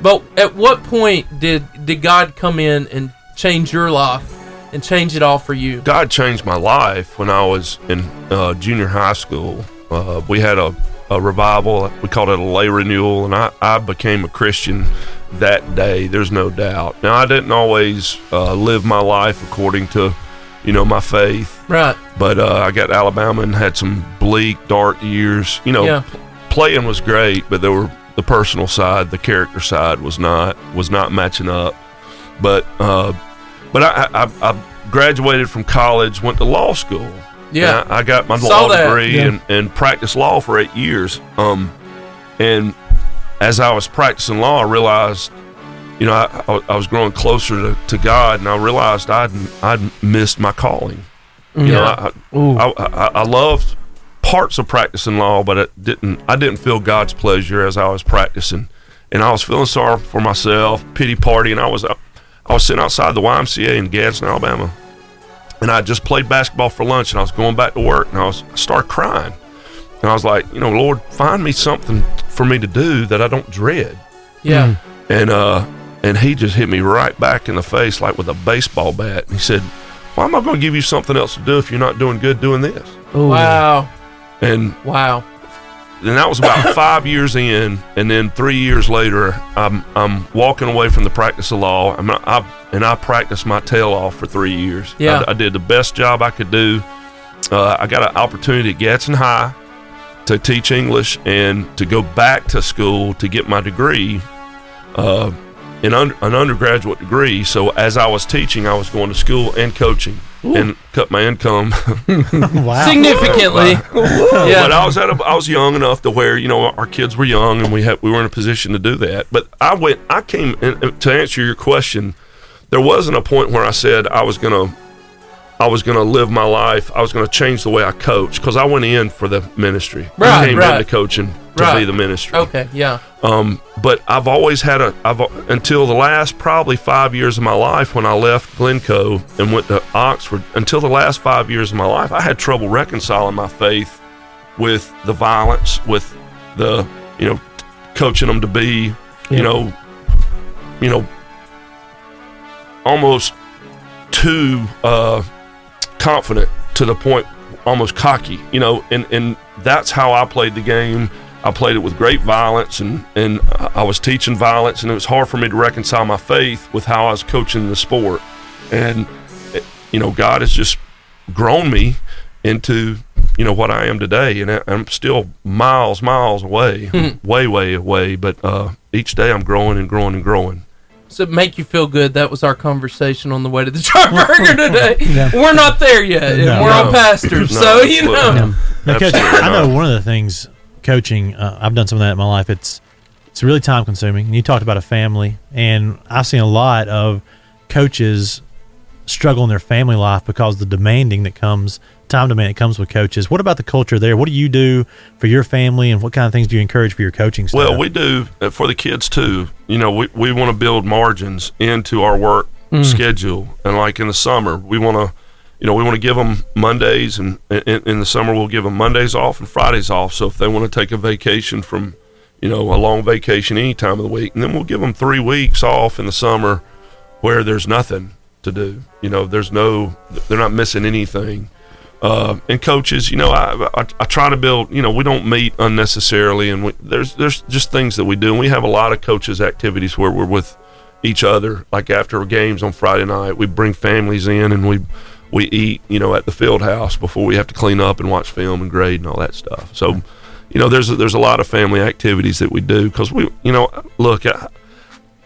S17: But at what point did did God come in and change your life and change it all for you?
S2: God changed my life when I was in uh, junior high school. Uh, we had a, a revival. We called it a lay renewal, and I, I became a Christian that day. There's no doubt. Now I didn't always uh, live my life according to, you know, my faith.
S17: Right.
S2: But uh, I got to Alabama and had some bleak, dark years. You know,
S17: Yeah.
S2: p- playing was great, but there were the personal side, the character side was not was not matching up. But uh, but I, I, I- I graduated from college, went to law school.
S17: Yeah.
S2: And I, I got my
S17: Saw
S2: law
S17: that.
S2: degree
S17: Yeah.
S2: and, and practiced law for eight years. Um, and as I was practicing law, I realized, you know, I, I, I was growing closer to, to God, and I realized I'd I'd missed my calling. You know,
S17: Yeah.
S2: I, I, I, I loved parts of practicing law, but it didn't. I didn't feel God's pleasure as I was practicing, and I was feeling sorry for myself, pity party, and I was, uh, I was sitting outside the YMCA in Gadsden, Alabama, and I just played basketball for lunch, and I was going back to work, and I was I started crying, and I was like, you know, Lord, find me something for me to do that I don't dread,
S17: Yeah. Mm.
S2: and uh, and he just hit me right back in the face like with a baseball bat, and he said. Why am I going to give you something else to do if you're not doing good doing this?
S17: Wow.
S2: And
S17: wow.
S2: And that was about five years in, and then three years later, I'm I'm walking away from the practice of law. I'm not, I and I practiced my tail off for three years.
S17: Yeah.
S2: I, I did the best job I could do. Uh, I got an opportunity at Gadsden High to teach English and to go back to school to get my degree, uh, in un- an undergraduate degree. So as I was teaching, I was going to school and coaching
S17: Ooh.
S2: and cut my income.
S18: Wow.
S17: Significantly. yeah.
S2: But I was at a, I was young enough to where you know our kids were young and we had we were in a position to do that. But I went I came and and to answer your question. There wasn't a point where I said I was gonna I was gonna live my life. I was gonna change the way I coach because I went in for the ministry.
S17: Right,
S2: I came
S17: right.
S2: into coaching to
S17: Right.
S2: be the ministry.
S17: Okay. Yeah.
S2: Um, but I've always had a I've until the last probably five years of my life when I left Glencoe and went to Oxford. Until the last five years of my life, I had trouble reconciling my faith with the violence, with the you know coaching them to be you
S17: Yeah.
S2: know you know almost too uh, confident to the point almost cocky you know and and that's how i played the game i played it with great violence and and i I was teaching violence and it was hard for me to reconcile my faith with how i was coaching the sport and eh, you know god has just grown me into you know what i am today and I- i'm still miles miles away way way away but uh each day i'm growing and growing and growing
S17: So make you feel good. That was our conversation on the way to the Charburger today. We're not there yet. and
S18: No.
S17: We're all
S18: No.
S17: pastors,
S2: No,
S17: so you know.
S2: absolutely.
S18: Now, Coach,
S2: Absolutely
S18: I know
S2: not.
S18: one of the things coaching. Uh, I've done some of that in my life. It's it's really time consuming. And you talked about a family, and I've seen a lot of coaches struggle in their family life because the demanding that comes, time demand that comes with coaches. What about the culture there? What do you do for your family, and what kind of things do you encourage for your coaching staff?
S2: Well, we do uh, for the kids too. You know, we, we want to build margins into our work
S18: Mm.
S2: schedule, and like in the summer, we want to, you know, we want to give them Mondays, and in, in the summer we'll give them Mondays off and Fridays off. So if they want to take a vacation from, you know, a long vacation any time of the week, and then we'll give them three weeks off in the summer where there's nothing to do. You know, there's no, they're not missing anything. Uh, and coaches, you know, I, I I try to build. You know, we don't meet unnecessarily, and we, there's there's just things that we do. And we have a lot of coaches activities where we're with each other. Like after games on Friday night, we bring families in and we we eat. You know, at the field house before we have to clean up and watch film and grade and all that stuff. So, you know, there's there's a lot of family activities that we do because we, you know, look. I,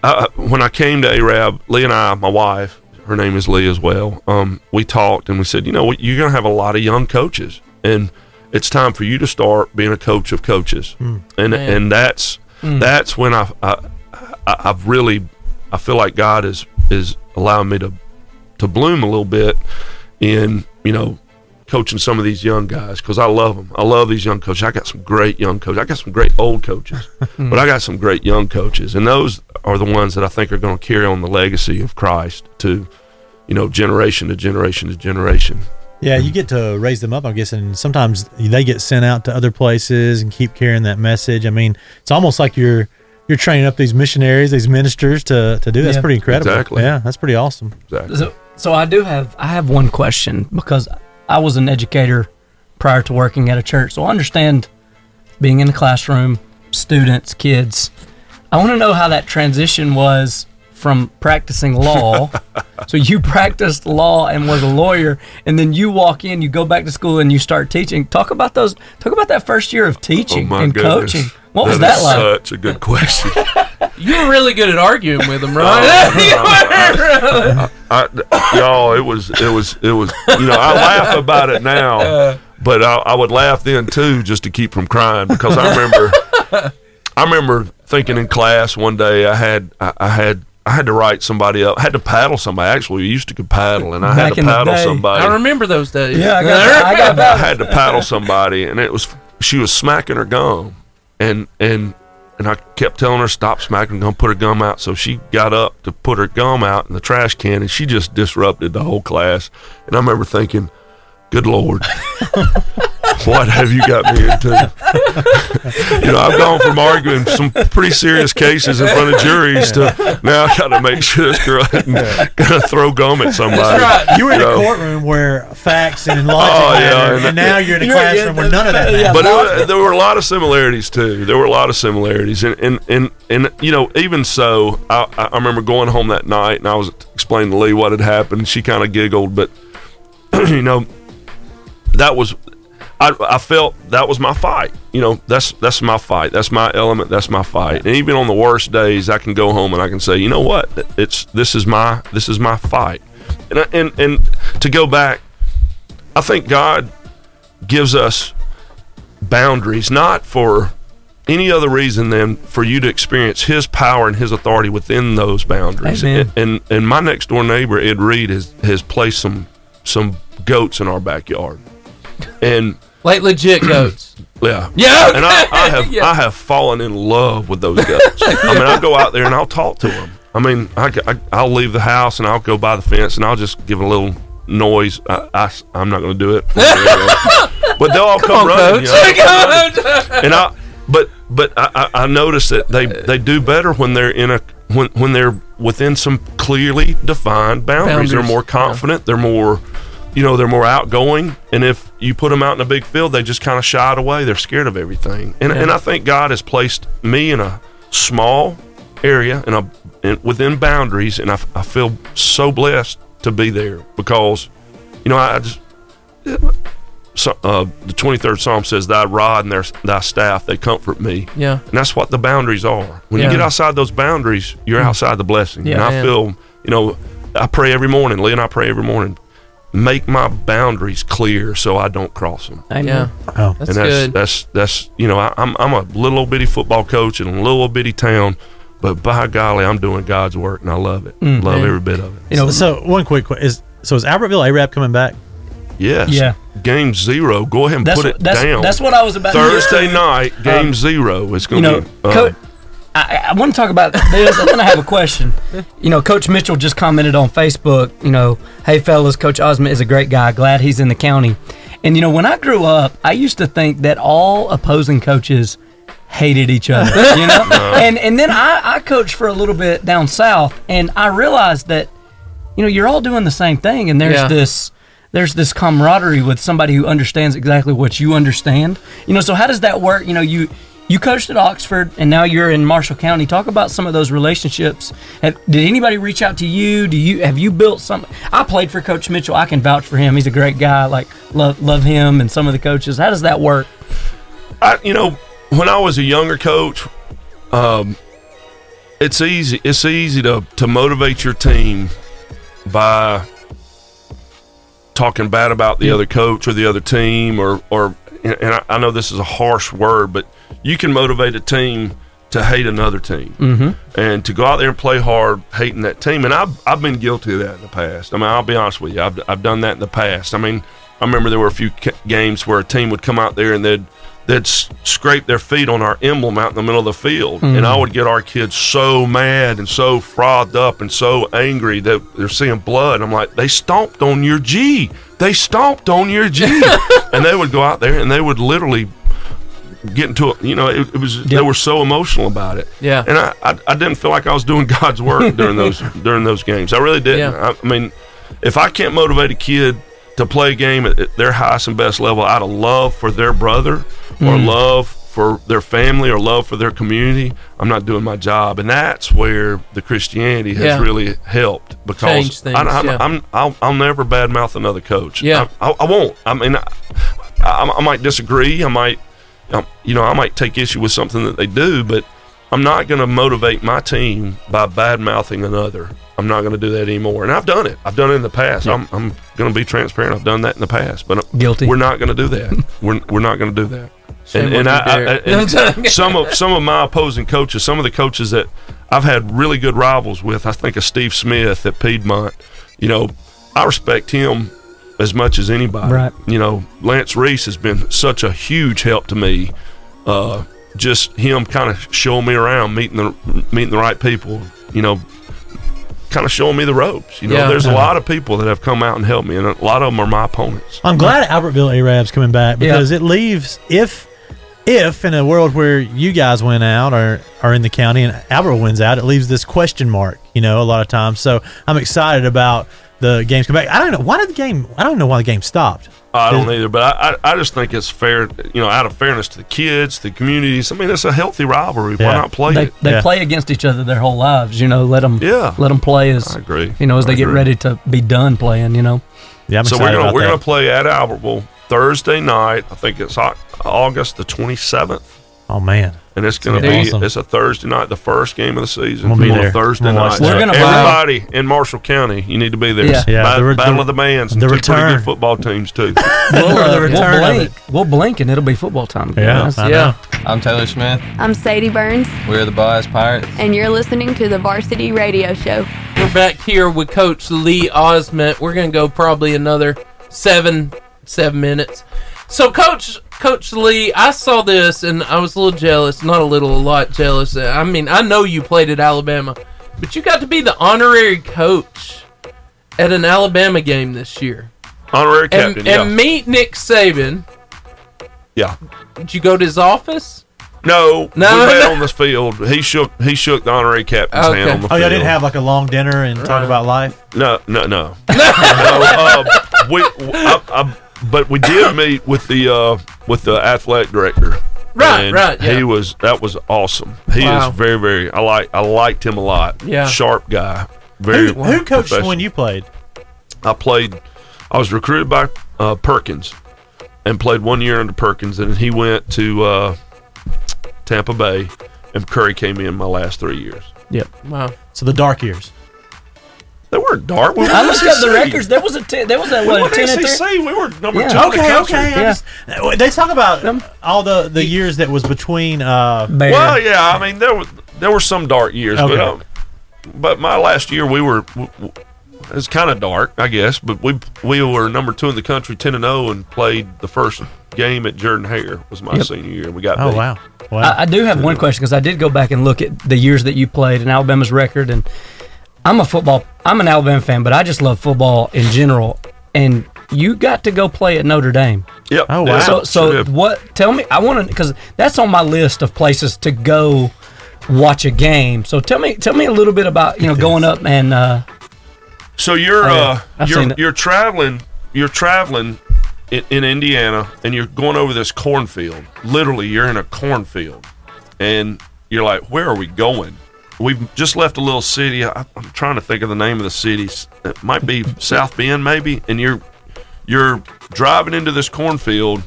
S2: I, when I came to Arab, Lee and I, my wife, her name is Lee as well. Um, we talked and we said, you know, what, you're going to have a lot of young coaches, and it's time for you to start being a coach of coaches, and
S17: Man.
S2: and that's
S19: Mm.
S2: that's when I, I I- I've really I feel like God is is allowing me to to bloom a little bit in you know coaching some of these young guys because I love them. I love these young coaches. I got some great young coaches. I got some great old coaches, but I got some great young coaches, and those are the ones that I think are going to carry on the legacy of Christ to you know generation to generation to generation.
S18: Yeah, you get to raise them up, I guess, and sometimes they get sent out to other places and keep carrying that message. I mean, it's almost like you're you're training up these missionaries, these ministers to to do. That's
S19: Yeah.
S18: pretty incredible.
S2: Exactly.
S18: Yeah, that's pretty awesome.
S2: Exactly.
S19: So, so I do have I have one question because I was an educator prior to working at a church, so I understand being in the classroom, students, kids. I want to know how that transition was from practicing law. so you practiced law and was a lawyer, and then you walk in, you go back to school, and you start teaching. Talk about those. Talk about that first year of teaching
S2: Oh
S19: and coaching. What was that
S2: is
S19: like?
S2: Such a good question.
S17: You were really good at arguing with them,
S2: Oh,
S17: right?
S2: I, y'all, it was, it was, it was. You know, I laugh about it
S19: Uh.
S2: now, but I, I would laugh then too, just to keep from crying because I remember, I remember thinking in class one day I had, I, I had. I had to write somebody up. I had to paddle somebody. Actually, we used to could paddle, and I had
S19: Back
S2: to
S19: in the
S2: paddle
S19: day.
S2: somebody.
S17: I remember those days.
S19: Yeah, I got- I got
S2: I had to paddle somebody, and it was she was smacking her gum, and and and I kept telling her stop smacking her gum, put her gum out. So she got up to put her gum out in the trash can, and she just disrupted the whole class. And I remember thinking, "Good Lord, what have you got me into? you know, I've gone from arguing some pretty serious cases in front of juries to now I got to make sure this girl isn't going to throw gum at somebody.
S18: You were in a courtroom where facts and logic
S2: Oh, yeah,
S18: mattered,
S2: and
S18: and,
S2: that-
S18: now you're in a classroom where none of that matters.
S2: but it, wa- there were a lot of similarities too. There were a lot of similarities, and and and, and you know, even so, I, I I remember going home that night, and I was explaining to Lee what had happened. She kind of giggled, but you know, that was I, I felt that was my fight. You know, that's that's my fight. That's my element. That's my fight. And even on the worst days, I can go home and I can say, you know what? It's this is my this is my fight. And I- and and to go back, I think God gives us boundaries not for any other reason than for you to experience His power and His authority within those boundaries.
S19: Amen.
S2: And, and and my next door neighbor Ed Reed has has placed some some goats in our backyard, and
S17: like legit goats.
S2: yeah.
S17: Yeah,
S2: And I, I
S17: okay,
S2: have
S17: yeah.
S2: I have fallen in love with those goats. I mean, I'll go out there and I'll talk to them. I mean, I, will leave the house and I'll go by the fence and I'll just give a little noise. I, am not going to do it. but they'll all Oh, come,
S17: Come on,
S2: running. you know.
S17: coach.
S2: and I, but but I, I I notice that they they do better when they're in a when when they're within some clearly defined boundaries. They're
S17: Boundaries,
S2: more confident. They're more, you know, they're more outgoing. And if you put them out in a big field, they just kind of shied away. They're scared of everything. And
S17: Yeah.
S2: and I think God has placed me in a small area and a in, within boundaries, and I, f- I feel so blessed to be there because, you know, I just so, uh, the 23rd Psalm says, Thy rod and their, thy staff, they comfort me.
S17: Yeah.
S2: And that's what the boundaries are. When
S17: Yeah. Mm.
S2: you get outside those boundaries, you're outside the blessing.
S17: Yeah,
S2: and I
S17: man.
S2: feel, you know, I pray every morning. Lee and I pray every morning. Make my boundaries clear so I don't cross them.
S19: Amen.
S17: Yeah.
S18: Oh.
S17: That's
S2: and that's,
S17: good.
S2: that's that's you know I, I'm I'm a little old bitty football coach in a little old bitty town, but by golly I'm doing God's work and I love it,
S19: Mm.
S2: love
S17: Yeah.
S2: every bit of it.
S18: You know, so one quick question is so is Albertville Arab coming back?
S2: Yes.
S19: Yeah.
S2: Game zero. Go ahead and
S15: That's
S2: put
S15: wh-
S2: it
S15: that's-
S2: down.
S15: that's what I was about to
S2: Thursday
S15: do.
S2: night, game
S15: Um,
S2: zero. It's
S15: You
S2: going to
S15: know,
S2: be. uh,
S15: coach. I, I want to talk about this, and then I have a question.
S19: You know, Coach Mitchell just commented on Facebook, you know, hey fellas, Coach Osmond is a great guy. Glad he's in the county.
S15: And you know, when I grew up, I used to think that all opposing coaches hated each other. You know, and and then I, I coached for a little bit down south, and I realized that you know you're all doing the same thing, and there's
S17: Yeah.
S15: this there's this camaraderie with somebody who understands exactly what you understand. You know, so how does that work? You know, you you coached at Oxford, and now you're in Marshall County. Talk about some of those relationships. Have, did anybody reach out to you? Do you have you built something? I played for Coach Mitchell. I can vouch for him. He's a great guy. Like love love him and some of the coaches. How does that work?
S2: I, you know, when I was a younger coach, um, it's easy. It's easy to to motivate your team by talking bad about the other coach or the other team, or or and I, I know this is a harsh word, but you can motivate a team to hate another team
S19: Mm-hmm.
S2: Mm-hmm. and to go out there and play hard hating that team. And I've, I've been guilty of that in the past. I mean, I'll be honest with you. I've, I've done that in the past. I mean, I remember there were a few ca- games where a team would come out there and they'd, they'd s- scrape their feet on our emblem out in the middle of the field. And I would get our kids so mad and so frothed up and so angry that they're seeing blood. I'm like, they stomped on your G. They stomped on your G. and they would go out there and they would literally get into it. You know, it, it was they were so emotional about it.
S17: Yeah.
S2: and I, I I didn't feel like I was doing God's work during those during those games. I really didn't.
S17: Yeah.
S2: I, I mean, if I can't motivate a kid to play a game at, at their highest and best level out of love for their brother or
S17: Mm.
S2: love for their family or love for their community, I'm not doing my job. And that's where the Christianity has
S17: Yeah.
S2: really helped because
S17: Changed things,
S2: I, I'm,
S17: yeah.
S2: I'm I'll, I'll never badmouth another coach.
S17: Yeah.
S2: I, I, I won't. I mean, I, I, I might disagree. I might, um, you know, I might take issue with something that they do, but I'm not going to motivate my team by bad mouthing another. I'm not going to do that anymore. And I've done it. I've done it in the past. I'm, I'm going to be transparent. I've done that in the past, but I'm-
S19: Guilty.
S2: We're not going to do that. we're, we're not going to do that.
S17: Shame
S2: and and, I,
S17: on
S2: I,
S17: you, Derek.
S2: and some of some of my opposing coaches, some of the coaches that I've had really good rivals with, I think of Steve Smith at Piedmont. You know, I respect him as much as anybody.
S19: Right.
S2: You know, Lance Reese has been such a huge help to me. Uh, just him kind of showing me around, meeting the meeting the right people. You know, kind of showing me the ropes. You know,
S18: Yeah.
S2: there's a
S18: Yeah.
S2: lot of people that have come out and helped me, and a lot of them are my opponents.
S18: I'm glad Albertville Arab's coming back because it leaves if if in a world where you guys went out or are in the county and Albert wins out, it leaves this question mark, you know, a lot of times. So I'm excited about the games coming back. I don't know why did the game I don't know why the game stopped.
S2: I don't either, but I, I, I just think it's fair, you know, out of fairness to the kids, the communities. I mean, it's a healthy rivalry. Why not play
S19: they,
S2: it?
S19: They play against each other their whole lives. You know, let them. Yeah. Let them play as. I
S2: agree.
S19: You know, as
S2: I
S19: they get
S2: agree.
S19: ready to be done playing. You know.
S18: Yeah,
S2: so we're gonna we're gonna play at Albertville Thursday night. I think it's Au- August the 27th,
S18: Oh man.
S2: and it's gonna
S18: gonna be
S2: be
S18: awesome.
S2: it's a Thursday night, the first game of the season.
S18: We'll be
S2: on a
S18: there.
S2: Thursday
S18: We'll watch
S2: night.
S18: that. We're
S2: So
S18: gonna buy-
S2: everybody in Marshall County, you need to be there.
S18: Yeah. Yeah,
S2: Ba-
S18: the re-
S2: Battle
S18: the-
S2: of the Bands. and
S18: the
S2: two pretty
S18: return.
S2: good football teams too.
S19: We'll, uh, we'll
S18: return of
S19: blink. We'll blink and it'll be football time. again.
S18: Yeah,
S19: That's-
S18: I know.
S25: I'm Taylor Smith.
S23: I'm Sadie Burns,
S25: We're the Bias Pirates.
S23: and you're listening to the Varsity Radio Show.
S17: We're back here with Coach Lee Osment. We're gonna go probably another seven seven minutes. So, Coach Coach Lee, I saw this and I was a little jealous. Not a little, a lot jealous. I mean, I know you played at Alabama, but you got to be the honorary coach at an Alabama game this year.
S2: Honorary
S17: And,
S2: captain. yeah.
S17: and meet Nick Saban.
S2: Yeah.
S17: Did you go to his office?
S2: No,
S17: No.
S2: we played on this field. He shook he shook the honorary captain's hand on the
S18: Oh,
S2: field.
S18: y'all didn't have like a long dinner and talk about life?
S2: No, no, no. no uh, we, w- I- I- but we did meet with the uh, with the athletic director.
S17: Right,
S2: And
S17: right, yeah.
S2: He was that was awesome. He
S18: Wow.
S2: is very, very. I like I liked him a lot.
S18: Yeah.
S2: sharp guy. Very.
S18: who, who coached
S2: professional.
S18: when you played?
S2: I played. I was recruited by uh, Perkins, and played one year under Perkins, and he went to uh, Tampa Bay, and Curry came in my last three years.
S18: Yep.
S17: Wow.
S18: So the dark years.
S2: They weren't dark. We were
S19: I looked up the
S2: SEC.
S19: records. There was a ten, there was a what,
S2: were
S19: a ten and
S2: SEC.
S19: three.
S2: We were number
S19: Yeah.
S2: two. in the
S18: Okay,
S2: country.
S18: okay. I just- they talk about all the, the years that was between. Uh,
S2: Well, yeah. I mean, there were there were some dark years, but
S18: Okay.
S2: um, but my last year we were w- w- it's kind of dark, I guess. But we we were number two in the country, ten and zero, and played the first game at Jordan Hare was my
S19: Yep. Oh,
S2: senior year. We got beat.
S19: I, I do have one question because I did go back and look at the years that you played and Alabama's record. And I'm a football, I'm an Alabama fan, but I just love football in general. And you got to go play at Notre Dame.
S2: Yep.
S18: Oh, wow.
S19: So, so what? Tell me. I want to because that's on my list of places to go watch a game. So tell me, tell me a little bit about you know going up and uh,
S2: So you're
S19: Oh, yeah.
S2: uh,
S19: I've seen
S2: you're
S19: it.
S2: you're traveling you're traveling in, in Indiana and you're going over this cornfield. Literally, you're in a cornfield, and you're like, "Where are we going?" We've just left a little city. I, I'm trying to think of the name of the city. It might be South Bend, maybe. And you're you're driving into this cornfield,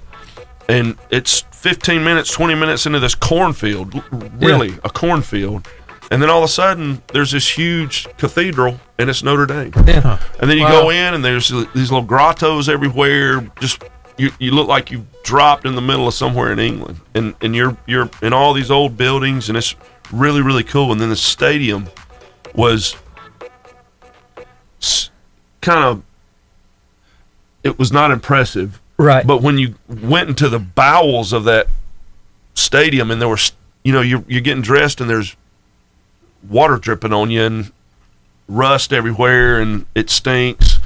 S2: and it's 15 minutes, 20 minutes into this cornfield. l- Really, a cornfield. And then all of a sudden, there's this huge cathedral, and it's Notre Dame. And then you
S17: Wow.
S2: go in, and there's these little grottos everywhere. Just you, you look like you've dropped in the middle of somewhere in England, and and you're you're in all these old buildings, and it's really really cool. And then the stadium was kind of it was not impressive,
S19: Right.
S2: But when you went into the bowels of that stadium, and there was you know you're you're getting dressed, and there's water dripping on you and rust everywhere and it stinks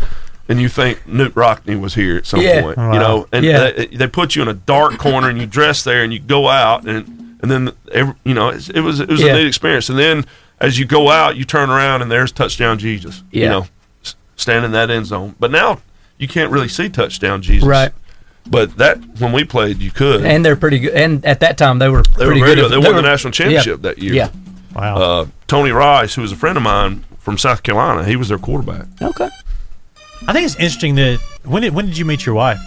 S2: and you think Newt Rockney was here at some
S19: Yeah.
S2: point
S19: Wow.
S2: you know and
S19: Yeah.
S2: they, they put you in a dark corner and you dress there and you go out and and then every, you know it's, it was it was a
S19: Yeah.
S2: neat experience and then as you go out you turn around and there's touchdown Jesus you
S19: Yeah.
S2: know s- standing in that end zone but now you can't really see touchdown Jesus
S19: Right.
S2: but that when we played you could
S19: and they're pretty good. And at that time they were
S2: they were
S19: pretty
S2: very good.
S19: good.
S2: They
S19: If-
S2: won the
S19: were-
S2: national championship
S19: yeah,
S2: that year.
S19: Yeah.
S18: Wow.
S2: Uh, Tony Rice, who was a friend of mine from South Carolina, he was their quarterback.
S19: Okay.
S18: I think it's interesting that when did when did you meet your wife?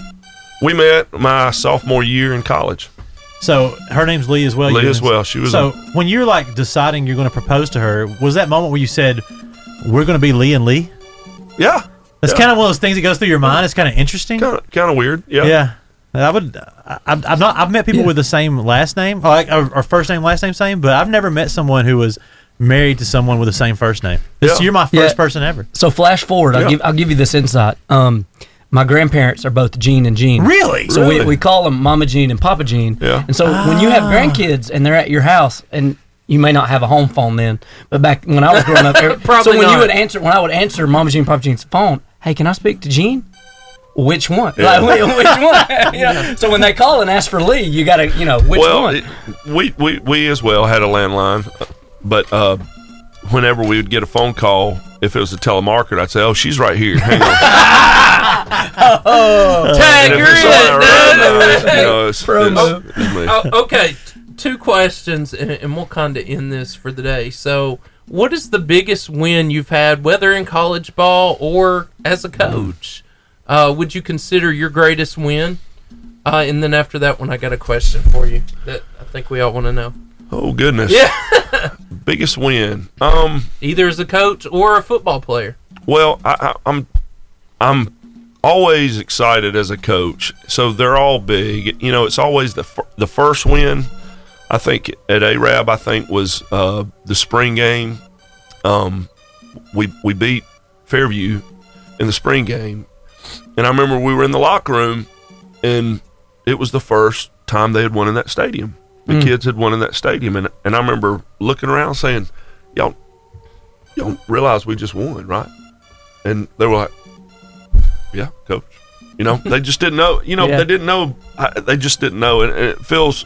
S2: We met my sophomore year in college.
S18: So her name's Lee as well. you
S2: Lee as
S18: guys.
S2: well. She was
S18: So
S2: a-
S18: when you're like deciding you're going to propose to her, was that moment where you said, "We're going to be Lee and Lee"?
S2: Yeah.
S18: That's kind of one of those things that goes through your mind. It's kind of interesting. Kind
S2: of, kind of weird. Yeah.
S18: Yeah. I would. I, I'm I'm not. I've met people with the same last name, or, like, or, or first name, last name, same, but I've never met someone who was married to someone with the same first name. This, You're my first
S19: Yeah.
S18: person ever.
S19: So flash forward, I'll
S18: Yeah.
S19: give I'll give you this insight. Um, my grandparents are both Gene and Gene.
S18: Really?
S19: So
S18: Really?
S19: we, we call them Mama Gene and Papa Gene.
S2: Yeah.
S19: Ah. And so when you have grandkids and they're at your house and
S15: You may not have a home phone then, but back when I was growing up, every-
S17: Probably
S15: so when you
S17: not.
S15: would answer, when I would answer Mama Jean, Papa Jean's phone, hey, can I speak to Jean? Which one?
S2: Yeah.
S15: Like, whi- which one? You know, So when they call and ask for Lee, you gotta, you know, which
S2: well,
S15: one?
S2: it- we, we we as well had a landline, but uh, whenever we would get a phone call, if it was a telemarketer, I'd say, "Oh, she's right here." Hang on.
S17: Oh, tag
S2: And if
S17: her
S2: it's all right,
S17: in.
S2: no, it's- no, it's-
S17: Promo.
S2: it's- it's me.
S17: Oh, okay, t- two questions, and, and we'll kind of end this for the day. So, what is the biggest win you've had, whether in college ball or as a coach? Uh, would you consider your greatest win? Uh, and then after that one, I got a question for you that I think we all want to know.
S2: Oh goodness.
S17: Yeah.
S2: Biggest win. Um.
S17: Either as a coach or a football player.
S2: Well, I, I, I'm I'm always excited as a coach, so they're all big. You know, it's always the fir- the first win. I think at Arab, I think was uh, the spring game. Um, we we beat Fairview in the spring game, and I remember we were in the locker room, and it was the first time they had won in that stadium. The
S6: Mm.
S2: kids had won in that stadium, and and I remember looking around saying, "Y'all, y'all realize we just won, right?" And they were like, "Yeah, coach." You know, they just didn't know. You know,
S6: Yeah.
S2: they didn't know. I, they just didn't know, and, and it feels,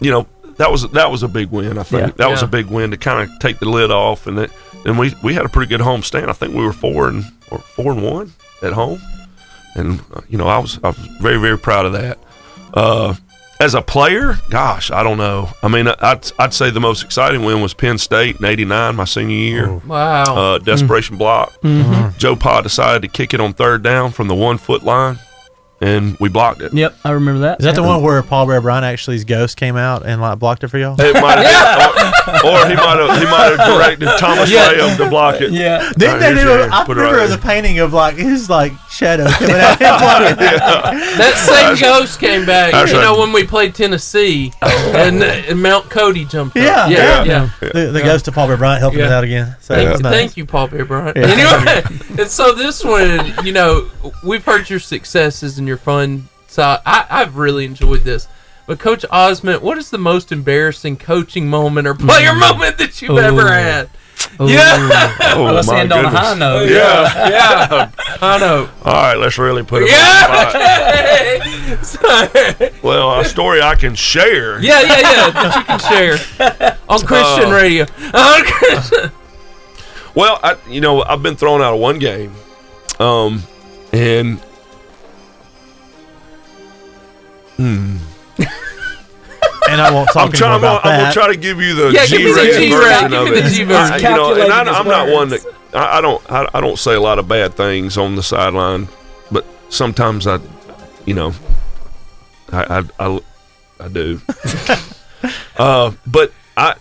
S2: you know, that was that was a big win. I think
S6: Yeah.
S2: that was a
S6: Yeah.
S2: big win to kind of take the lid off, and that, and we we had a pretty good home stand. I think we were four and or four and one at home, and uh, you know, I was I was very very proud of that. Uh, as a player, gosh, I don't know. I mean, I'd, I'd say the most exciting win was Penn State in '89, my senior year.
S17: Wow.
S2: Uh, desperation block.
S17: Hmm.
S15: Mhm.
S2: Joe Pa decided to kick it on third down from the one foot line, and we blocked it.
S15: Yep, I remember that.
S18: Is that the one where Paul Bear Bryant actually's ghost came out and like blocked it for y'all?
S2: It might have, or, or he might have he might have directed Thomas
S18: Yeah.
S2: Lamb to block it.
S15: Yeah,
S18: Didn't
S2: All right,
S18: they
S2: here's
S18: do?
S2: your
S18: A,
S2: hand.
S18: I
S2: Put it right
S18: remember
S2: here.
S18: the painting of like his like shadow coming out. Of him
S17: That same ghost came back.
S18: That's
S17: you
S18: right.
S17: know when we played Tennessee, and, and Mount Cody jumped. up. yeah,
S18: yeah,
S17: yeah.
S18: The, the
S17: Yeah.
S18: ghost of Paul Bear Bryant helping us
S17: Yeah.
S18: out again. So
S17: thank,
S18: that was nice.
S17: thank you, Paul Bear Bryant.
S18: Yeah.
S17: Anyway, and so this one, you know, we've heard your successes and your fun side. I, I've really enjoyed this. But Coach Osment, what is the most embarrassing coaching moment or player moment that you've ever
S15: Ooh.
S17: had?
S15: Ooh.
S17: Yeah.
S2: Oh,
S15: Well, let's
S2: my
S15: end on a
S2: goodness.
S15: high note.
S2: Yeah.
S17: yeah. I know.
S2: All right, let's really put it.
S17: Yeah. Sorry.
S2: Well, a story I can share.
S17: Yeah, yeah, yeah. That you can share on Christian
S2: Uh,
S17: radio. On Christian.
S2: Well, I you know I've been thrown out of one game, um, and hmm.
S18: And I won't talk
S2: I'm trying. I'm,
S18: anymore about
S2: gonna- I'm
S18: that.
S2: gonna try to give you the
S18: Yeah, give me the
S2: G-rated
S18: G-rated.
S2: version
S18: Give
S2: of
S18: me
S2: it.
S18: the G-version.
S2: I- you know, and I,
S18: Calculating his
S2: I'm not one that
S18: words.
S2: I, I don't. I, I don't say a lot of bad things on the sideline, but sometimes I, you know, I I, I, I do. uh, but I,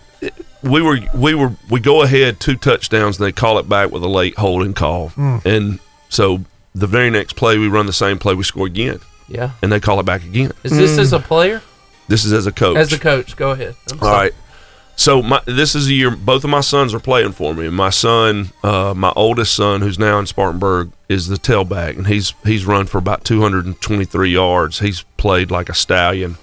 S2: we were we were we go ahead two touchdowns and they call it back with a late holding call,
S18: Hmm.
S17: Mm.
S2: and so the very next play we run the same play we score again.
S17: Yeah.
S2: and they call it back again.
S17: Is this as a player?
S2: Hmm. This is as a coach.
S17: As a coach, go ahead. I'm
S2: All
S17: sorry.
S2: right. So my this is a year. Both of my sons are playing for me, and my son, uh, my oldest son, who's now in Spartanburg, is the tailback, and he's he's run for about 223 yards. He's played like a stallion.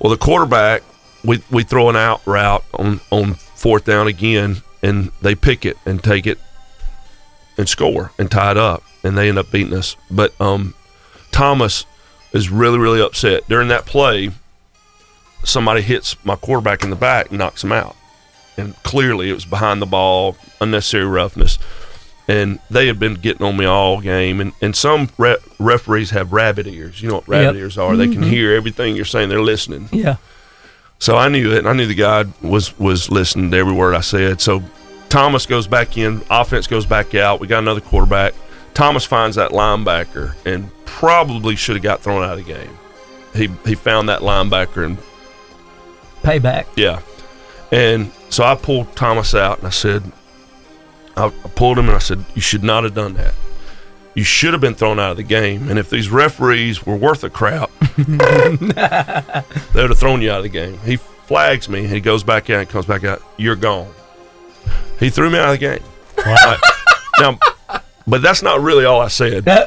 S2: Well, the quarterback, we we throw an out route on on fourth down again, and they pick it and take it and score and tie it up, and they end up beating us. But um, Thomas is really really upset during that play somebody hits my quarterback in the back and knocks him out. And clearly it was behind the ball, unnecessary roughness. And they have been getting on me all game. And, and some re- referees have rabbit ears. You know what
S15: Yep.
S2: rabbit ears are? They can
S15: Mhm.
S2: hear everything you're saying. They're listening.
S15: Yeah.
S2: So I knew it, and I knew the guy was was listening to every word I said. So Thomas goes back in, offense goes back out. We got another quarterback. Thomas finds that linebacker and probably should have got thrown out of the game. He he found that linebacker and
S15: Payback.
S2: yeah. And so I pulled Thomas out and I said, I I pulled him and I said, You should not have done that. You should have been thrown out of the game. And if these referees were worth a crap, they would have thrown you out of the game. He flags me. He goes back out and comes back out. You're gone. He threw me out of the game. Right. Now, but that's not really all I said. but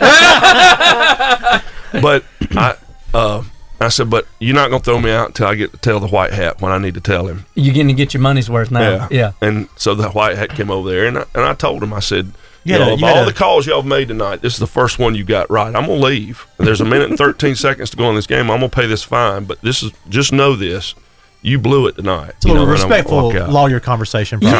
S2: I, uh, I said, but you're not going to throw me out until I get to tell the white hat when I need to tell him.
S15: You're going to get your money's worth now. Yeah.
S2: And so the white hat came over there, and I, and I told him, I said,
S15: You
S2: you
S15: had
S2: know,
S15: a-
S2: of
S15: you had
S2: all
S15: a-
S2: the calls y'all have made tonight, this is the first one you got right. I'm going to leave. There's a minute and 13 seconds to go in this game. I'm going to pay this fine, but this is just know this. You blew it tonight.
S18: It's a
S2: you
S18: little
S2: know, and I'm gonna
S18: respectful
S2: walk out.
S18: lawyer conversation. Probably.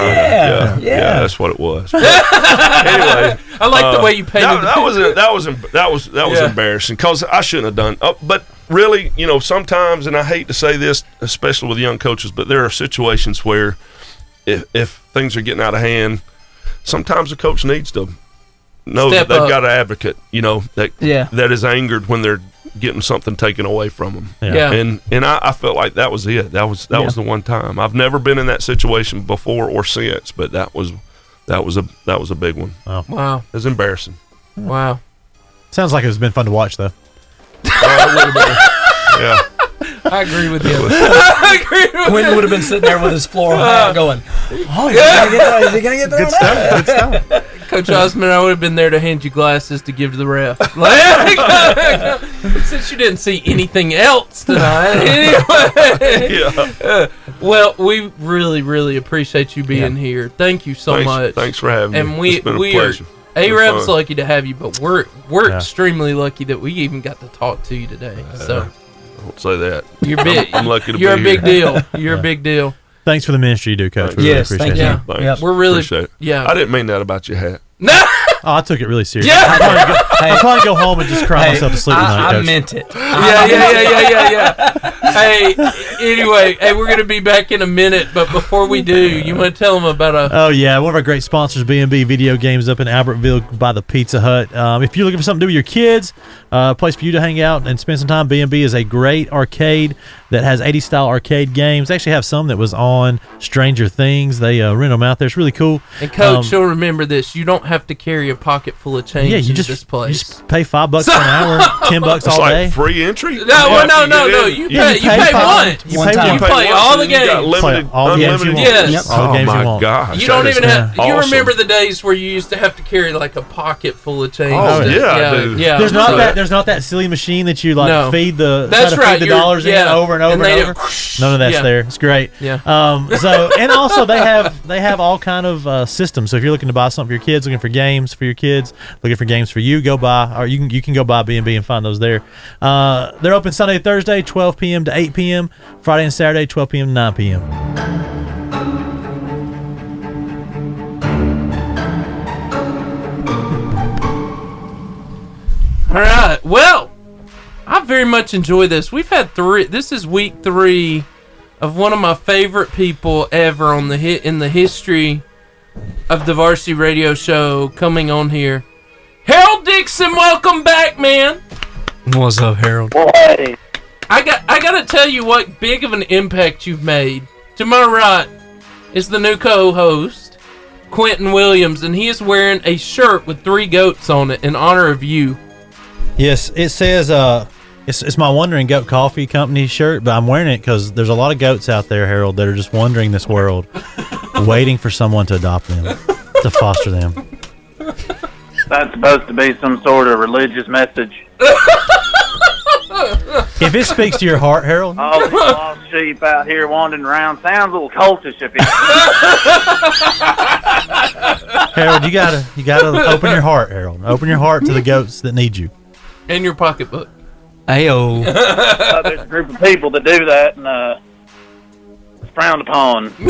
S2: yeah, that's what it was. But anyway,
S17: I like the way you painted
S2: That,
S17: the
S2: that was
S17: picture.
S2: that was em- that was that was
S17: Yeah.
S2: embarrassing because I shouldn't have done. Uh, but really, you know, sometimes, and I hate to say this, especially with young coaches, but there are situations where if, if things are getting out of hand, sometimes the coach needs to know
S17: Step
S2: that they've
S17: up.
S2: got an advocate. You know that
S17: Yeah.
S2: that is angered when they're getting something taken away from them.
S17: Yeah. Yeah.
S2: and and I, I felt like that was it. That was that was
S17: Yeah.
S2: the one time. I've never been in that situation before or since, but that was that was a that was a big one.
S18: Wow,
S17: Wow.
S2: it was embarrassing.
S17: Wow.
S18: Sounds like it's been fun to watch though.
S2: yeah.
S17: I agree with you. I agree with
S15: Quentin
S17: you. Uh,
S15: would have been sitting there with his floor high going, Oh, you're
S17: Yeah.
S15: going to get thrown. You're going to get thrown. out."
S17: Coach Osman, I would have been there to hand you glasses to give to the ref. Like, since you didn't see anything else tonight. Anyway. Uh, well, we really, really appreciate you being here. Thank you so
S2: Thanks-
S17: much.
S2: thanks for having me.
S17: and we,
S2: It's been a
S17: we
S2: pleasure.
S17: are
S2: It's been
S17: A-Rab's
S2: fun.
S17: lucky to have you, but we're we're
S2: Yeah. Uh,
S17: extremely lucky that we even got to talk to you today. so
S2: I won't say that.
S17: you're
S2: I'm-
S17: big.
S2: I'm, lucky to
S17: you're
S2: be
S17: a big
S2: here.
S17: deal. You're a big deal.
S18: Thanks for the ministry you do, Coach. We really appreciate it.
S17: Yeah.
S2: Thanks.
S17: We're really-
S2: Appreciate it.
S17: yeah.
S2: I didn't mean that about your hat.
S18: Oh, I took it really seriously.
S17: Yeah.
S18: I'll probably go, I'll probably go home and just cry myself to sleep
S15: I,
S18: tonight,
S15: I
S18: Coach.
S15: meant it.
S17: yeah, yeah, yeah, yeah, yeah, yeah. hey, anyway, hey, we're gonna be back in a minute, but before we do, you want to tell them about a
S18: Oh yeah, one of our great sponsors, B&B Video Games, up in Albertville by the Pizza Hut. Um, if you're looking for something to do with your kids, uh, a place for you to hang out and spend some time, B&B is a great arcade that has 80 style arcade games. They actually have some that was on Stranger Things. They uh, rent them out there. It's really cool.
S17: and coach.
S18: Um,
S17: you'll remember this. You don't have to carry a pocket full of change.
S18: yeah, you just,
S17: this
S18: you
S17: place.
S18: just pay five bucks an hour, ten bucks
S2: It's
S18: all
S2: like
S18: day.
S2: free entry.
S17: No, well, no, no, no. You
S18: Yeah,
S17: pay,
S18: you
S17: you
S18: pay
S17: pay
S18: five-
S17: one.
S18: you One pay time.
S17: You
S18: one.
S17: play
S18: Play
S17: all
S18: once
S17: the
S18: and then you
S17: games.
S18: got limited- Play all the games you want.
S17: Yes.
S18: Yep. All the
S2: oh
S18: games you
S2: my
S18: want.
S2: gosh.
S17: You don't
S2: that is
S17: even have. You
S2: awesome.
S17: remember the days where you used to have to carry like a pocket full of change?
S2: Oh,
S17: to-
S2: yeah, I
S17: yeah,
S2: do.
S17: yeah.
S18: There's not
S17: So-
S18: that. There's not that silly machine that you like
S17: No.
S18: feed the.
S17: That's
S18: try to
S17: right,
S18: Feed the
S17: you're-
S18: dollars
S17: yeah.
S18: in over and over
S17: And
S18: and,
S17: they
S18: over.
S17: do-
S18: None of that's
S17: Yeah.
S18: there. It's great.
S17: Yeah.
S18: Um. So and also they have they have all kind of uh, systems. So if you're looking to buy something for your kids, looking for games for your kids, looking for games for you, go buy or you can you can go buy B and B and find those there. Uh, they're open Sunday, Thursday, 12 p.m. to 8 p.m. Friday and Saturday, 12 p.m. to 9 p.m.
S17: All right. Well, I very much enjoy this. We've had three. This is week three of one of my favorite people ever on the hit in the history of the Varsity Radio Show coming on here. Harold Dixon, welcome back, man.
S19: What's up, Harold?
S17: I got I gotta tell you what big of an impact you've made. To my right is the new co-host, Quentin Williams, and he is wearing a shirt with three goats on it in honor of you.
S18: Yes, it says uh, it's, it's my Wandering Goat Coffee Company shirt, but I'm wearing it because there's a lot of goats out there, Harold, that are just wandering this world, waiting for someone to adopt them, to foster them.
S6: That's supposed to be some sort of religious message.
S18: If it speaks to your heart, Harold,
S6: All these lost sheep out here wandering around sounds a little cultish if you.
S18: Harold, you gotta you gotta open your heart, Harold. Open your heart to the goats that need you.
S17: In your pocketbook.
S18: Ayo.
S6: uh, there's a group of people that do that and uh, it's frowned upon.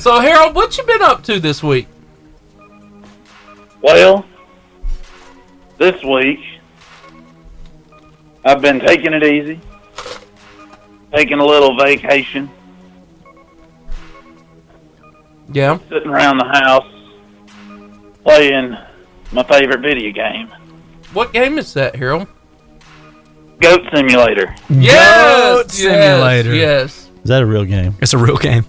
S17: So Harold, what you been up to this week?
S6: Well, this week I've been taking it easy, taking a little vacation,
S17: Yeah.
S6: sitting around the house playing my favorite video game,
S17: What game is that, Harold?
S6: Goat Simulator.
S17: Yes.
S18: Simulator.
S17: Yes.
S18: Is that a real game?
S19: It's a real game.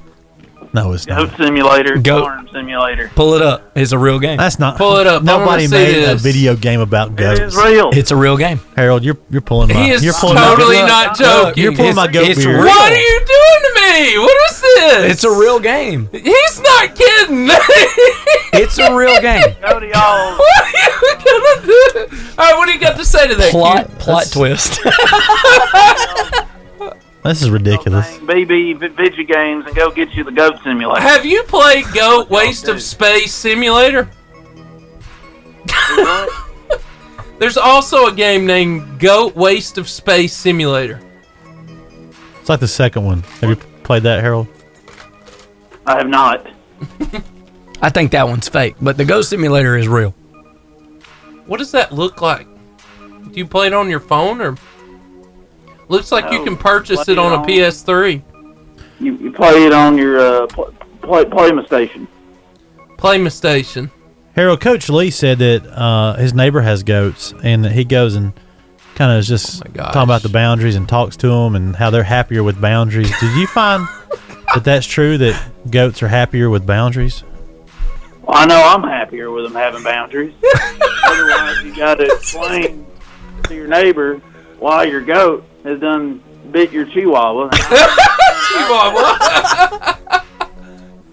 S18: No, it's
S6: Goat Simulator,
S19: Goat.
S6: Farm Simulator.
S19: Pull it up. It's a real game.
S18: That's not.
S6: Pull it up. I wanna
S18: Nobody
S6: see
S18: made a
S6: this.
S18: video game about goats.
S6: is real.
S19: It's a real game.
S18: Harold, you're you're pulling my.
S19: He is
S18: you're pulling
S19: totally
S18: my,
S19: not
S18: Look,
S19: joking.
S18: You're pulling my
S19: It's-
S18: goat
S19: it's
S18: beard.
S19: real.
S17: What are you doing to me? Hey, what is this?
S15: It's a real game.
S17: He's not kidding.
S15: it's a real game.
S6: Go to y'all.
S17: What are you gonna do? All right, what do you got to say to that?
S15: Plot
S17: kid?
S15: plot twist.
S7: This is ridiculous.
S6: BB vi- video games and go get you the goat simulator.
S17: Have you played Goat Waste of Space Simulator? There's also a game named Goat Waste of Space Simulator.
S7: It's like the second one. Have you played that, Harold?
S6: I have not.
S15: I think that one's fake, but the Ghost Simulator is real.
S17: What does that look like? Do you play it on your phone or? Looks like you
S6: No,
S17: can purchase
S6: play
S17: it
S6: it
S17: on a
S6: on-
S17: PS3.
S6: You, you play it on your uh, pl- play, Playma station.
S17: Playma Station.
S7: Harold, Coach Lee said that uh, his neighbor has goats and that he goes and kind of is just talking about the boundaries and talks to them and how they're happier with boundaries. Do you find that that's true that goats are happier with boundaries?
S6: Well, I know I'm happier with them having boundaries. Otherwise, you got to explain to your neighbor why your goat has done bit your chihuahua.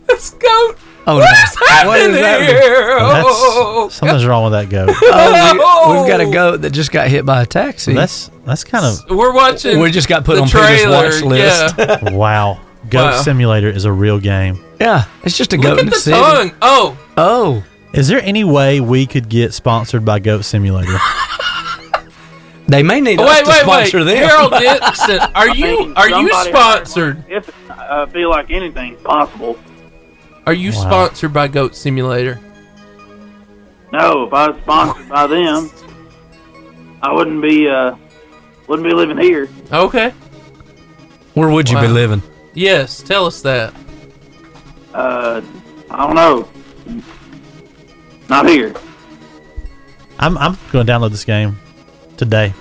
S17: This goat.
S7: Oh,
S17: what is happening
S15: What is happening?
S17: here? Oh,
S7: That's, something's wrong with that goat.
S15: Oh, we, have got a goat that just got hit by a taxi.
S7: That's that's kind of
S17: We're watching.
S15: We just got put
S17: the
S15: on Peter's
S17: trailer.
S15: watch list.
S17: Yeah.
S7: wow. Goat
S17: Wow.
S7: Simulator is a real game.
S15: Yeah, Ah, it's just a goat
S17: Look
S15: in
S17: at the
S15: city.
S17: tongue. Oh,
S15: Oh,
S7: Is there any way we could get sponsored by Goat Simulator?
S15: they may need us
S17: wait,
S15: to
S17: wait,
S15: sponsor
S17: wait.
S15: them.
S17: Harold Dixon, are you are you
S6: somebody-
S17: sponsored?
S6: If I feel like anything's possible.
S17: Are you
S7: Wow.
S17: sponsored by Goat Simulator?
S6: No, if I was sponsored by them, I wouldn't be uh, wouldn't be living here.
S17: Okay.
S15: Where would you be
S17: Wow.
S15: living?
S17: Yes. Tell us that.
S6: Uh, I don't know. Not here.
S7: I'm I'm going to download this game today.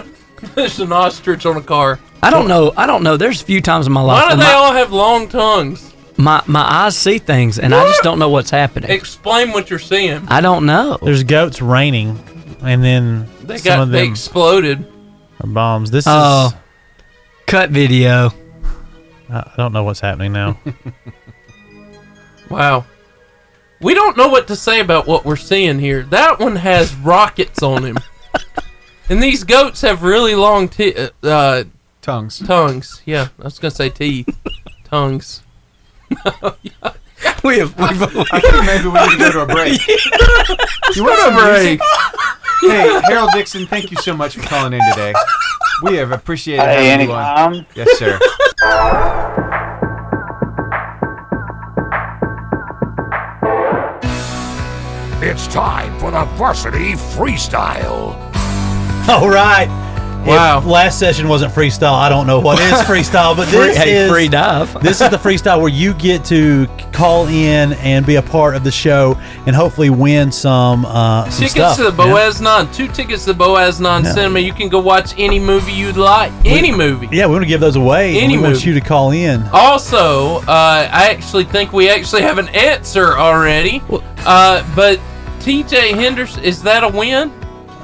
S17: There's an ostrich on a car.
S15: I don't know. I don't know. There's a few times in my life
S17: Why
S15: when
S17: do they
S15: my,
S17: all have long tongues?
S15: my my eyes see things and I just don't know what's happening.
S17: Explain what you're seeing.
S15: I don't know.
S7: There's goats raining, and then
S17: They
S7: some
S17: got
S7: of
S17: they
S7: them
S17: exploded.
S7: are bombs. This
S15: Oh,
S7: is
S15: cut video.
S7: I I don't know what's happening now.
S17: Wow. We don't know what to say about what we're seeing here. That one has rockets on him. And these goats have really long t- uh,
S20: Tongues.
S17: tongues. Yeah, I was going to say teeth. tongues.
S15: We have we've,
S20: I think maybe we need to go to a break. you want some break? Hey, Harold Dixon, thank you so much for calling in today. We have appreciated
S6: Hey,
S20: having you on.
S6: anytime.
S20: Yes, sir.
S21: It's time for the varsity freestyle.
S18: All right.
S17: Wow.
S18: If last session wasn't freestyle. I don't know what is freestyle, but
S15: Free-
S18: this
S15: hey,
S18: is
S15: free dive.
S18: this is the freestyle where you get to call in and be a part of the show and hopefully win some uh, some
S17: Tickets
S18: stuff.
S17: to the
S18: Yeah.
S17: Boaz Non. Two tickets to the Boaz Non
S18: Yeah.
S17: Cinema. You can go watch any movie you'd like. Any movie.
S18: Yeah, we want to give those away. and
S17: Any
S18: we want
S17: movie.
S18: you to call in.
S17: Also, uh, I actually think we actually have an answer already. Uh, but TJ Henderson, is that a win?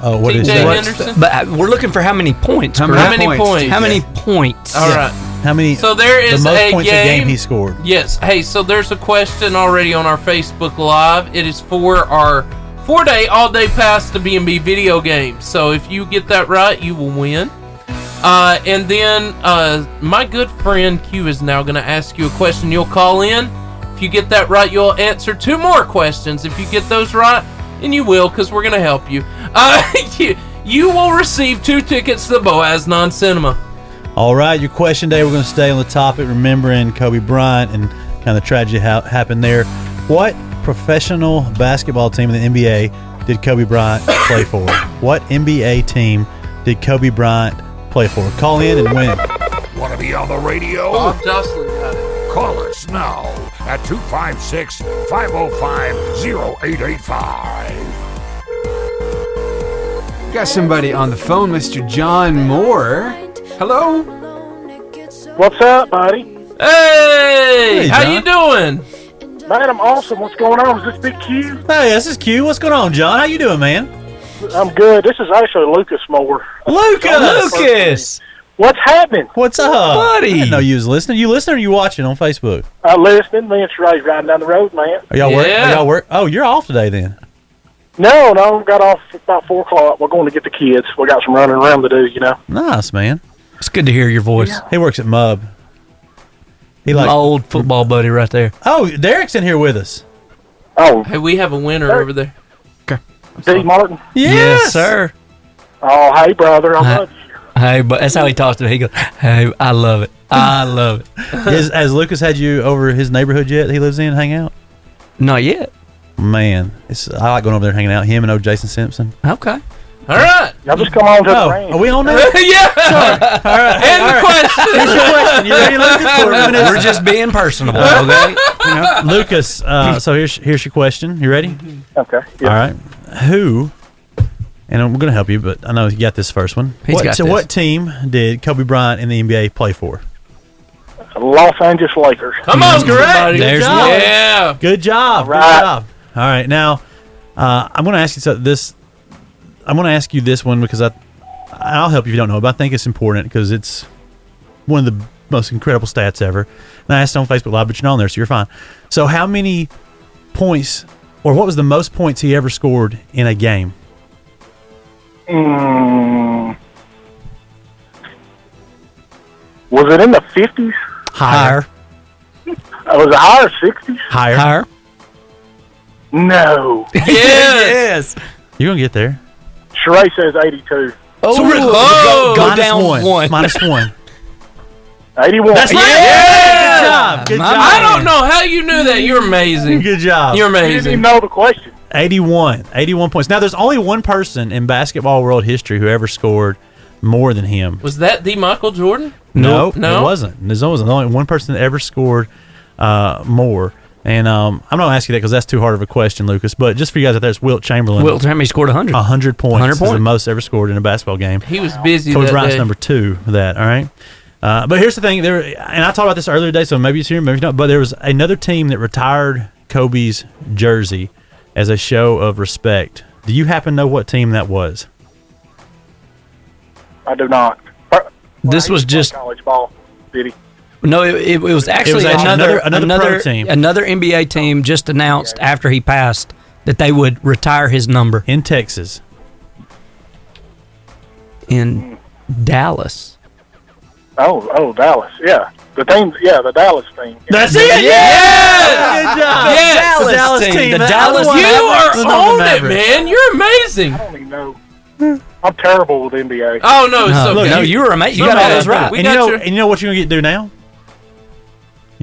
S18: Oh, what is
S17: TJ
S18: that?
S17: Henderson?
S15: But uh, we're looking for how many points?
S20: How
S15: correct?
S17: many points?
S15: How many
S20: TJ?
S15: points?
S17: All right.
S18: How many?
S17: So there is
S18: the most
S17: a
S18: points a
S17: game.
S18: game he scored.
S17: Yes. Hey, so there's a question already on our Facebook Live. It is for our four day, all day pass to B&B video games. So if you get that right, you will win. Uh, and then uh, my good friend Q is now going to ask you a question. You'll call in. If you get that right, you'll answer two more questions. If you get those right, and you will, because we're going to help you. Uh, you, you will receive two tickets to the Boaz Non Cinema.
S18: All right, your question day. We're going to stay on the topic, remembering Kobe Bryant and kind of the tragedy how happened there. What professional basketball team in the NBA did Kobe Bryant play for? What NBA team did Kobe Bryant play for? Call in and win.
S21: Want to be on the radio?
S17: Bob Jocelyn got it.
S21: Call us now at 256 505 0885.
S20: Got somebody on the phone, Mr. John Moore. Hello.
S6: What's up, buddy?
S17: Hey,
S18: Hey,
S17: how
S18: John.
S17: you doing?
S6: Man, I'm awesome. What's going on? Is this Big Q?
S18: Hey, this is Q. What's going on, John? How you doing, man?
S6: I'm good. This is actually Lucas Moore.
S18: Lucas.
S15: Lucas.
S5: What's happening?
S18: What's up,
S5: buddy?
S18: I didn't know you was listening. You listening or you watching on Facebook?
S5: I'm listening. Me and Sheree's riding down the road, man.
S18: Are y'all work? Are y'all work? Oh, you're off today then.
S5: No, no, got off about four o'clock. We're going to get the kids. We got some running around to do, you know.
S18: Nice man.
S19: It's good to hear your voice.
S18: He works at Mub. He
S19: My old football buddy right there.
S18: Oh, Derek's in here with us.
S5: Oh,
S17: Hey, we have a winner over there.
S5: D. Martin.
S19: Yes, sir.
S5: Oh, hey, brother. I'm
S19: Hi. Hey, but that's how he talks to me. He goes, "Hey, I love it. I love it."
S18: Has, has Lucas had you over his neighborhood yet? He lives in, hang out.
S19: Not yet.
S18: Man, it's I like going over there and hanging out. Him and old Jason Simpson.
S19: Okay.
S17: All right.
S5: Y'all just come on to
S18: Oh,
S5: the range.
S18: are we on now?
S17: yeah.
S18: All right.
S17: And the
S18: Here's your question. You ready, Lucas?
S19: We're just being personable, okay? You know?
S18: Lucas, uh, so here's here's your question. You ready?
S5: Okay.
S18: All right. Who? And I'm going to help you, but I know you got this first one.
S5: He's
S18: what,
S5: got
S18: so
S5: this.
S18: what team did Kobe Bryant in the NBA play for?
S5: Los Angeles Lakers.
S17: Come
S18: Mm-hmm.
S17: on, correct.
S18: There's one.
S17: Yeah.
S18: Good job.
S5: right.
S18: Good job. All right. Now, uh, I'm going to ask you so this. I'm going to ask you this one because I, I'll help you if you don't know, but I think it's important because it's one of the most incredible stats ever. And I asked it on Facebook Live, but you're not on there, so you're fine. So, how many points, or what was the most points he ever scored in a game?
S5: Mm. Was it in the fifties?
S18: Higher.
S5: Uh, Was it higher sixties?
S18: Higher. Higher.
S5: No.
S19: yes.
S18: You're going to get there.
S5: Sheree says eighty-two.
S19: Oh,
S18: So we're-
S19: go, go
S18: Minus
S19: down one.
S18: one. Minus one.
S5: Eighty-one.
S18: That's right.
S17: Yeah.
S18: Good job. Good job.
S17: I don't know how you knew that. You're amazing.
S18: Good job.
S17: You're
S5: You didn't even
S17: amazing.
S5: know the question.
S18: 81. 81 points. Now, there's only one person in basketball world history who ever scored more than him.
S17: Was that the Michael Jordan?
S18: Nope,
S17: No.
S18: it wasn't. There's always only one person that ever scored uh, more. And um, I'm not asking that because that's too hard of a question, Lucas. But just for you guys out there, it's Wilt Chamberlain.
S19: Wilt Chamberlain scored 100.
S18: 100 points.
S19: 100
S18: is the
S19: points.
S18: most ever scored in a basketball game.
S17: He was busy.
S18: Kobe
S17: that
S18: Bryant's
S17: day.
S18: number two. for That all right. Uh, but here's the thing. There, and I talked about this earlier today, so maybe it's here, maybe it's not. But there was another team that retired Kobe's jersey as a show of respect. Do you happen to know what team that was?
S5: I do not.
S19: This was just
S5: college ball, did he?
S19: no. It, it, it was actually
S18: actually
S19: another
S18: another-
S19: another
S18: another pro
S19: another,
S18: team.
S19: NBA team just announced after he passed that they would retire his number
S18: in Texas,
S19: in Dallas.
S5: Oh, oh, Dallas. Yeah, the team. Yeah, the Dallas team.
S18: That's it.
S17: Yes!
S18: Good job.
S17: Yes!
S18: The Oh, Dallas team.
S19: The
S18: That
S19: Dallas-
S18: other one-
S17: You
S18: Mavericks
S17: are
S18: was not the
S17: on it,
S18: Mavericks.
S17: man. You're amazing.
S5: I don't even know. I'm terrible with NBA.
S17: Oh no, it's okay.
S19: Look, no, you were amazing. You got all those right.
S17: We
S18: and
S17: got
S18: you know,
S17: your-
S18: Oh, and you know what you're gonna get to do now?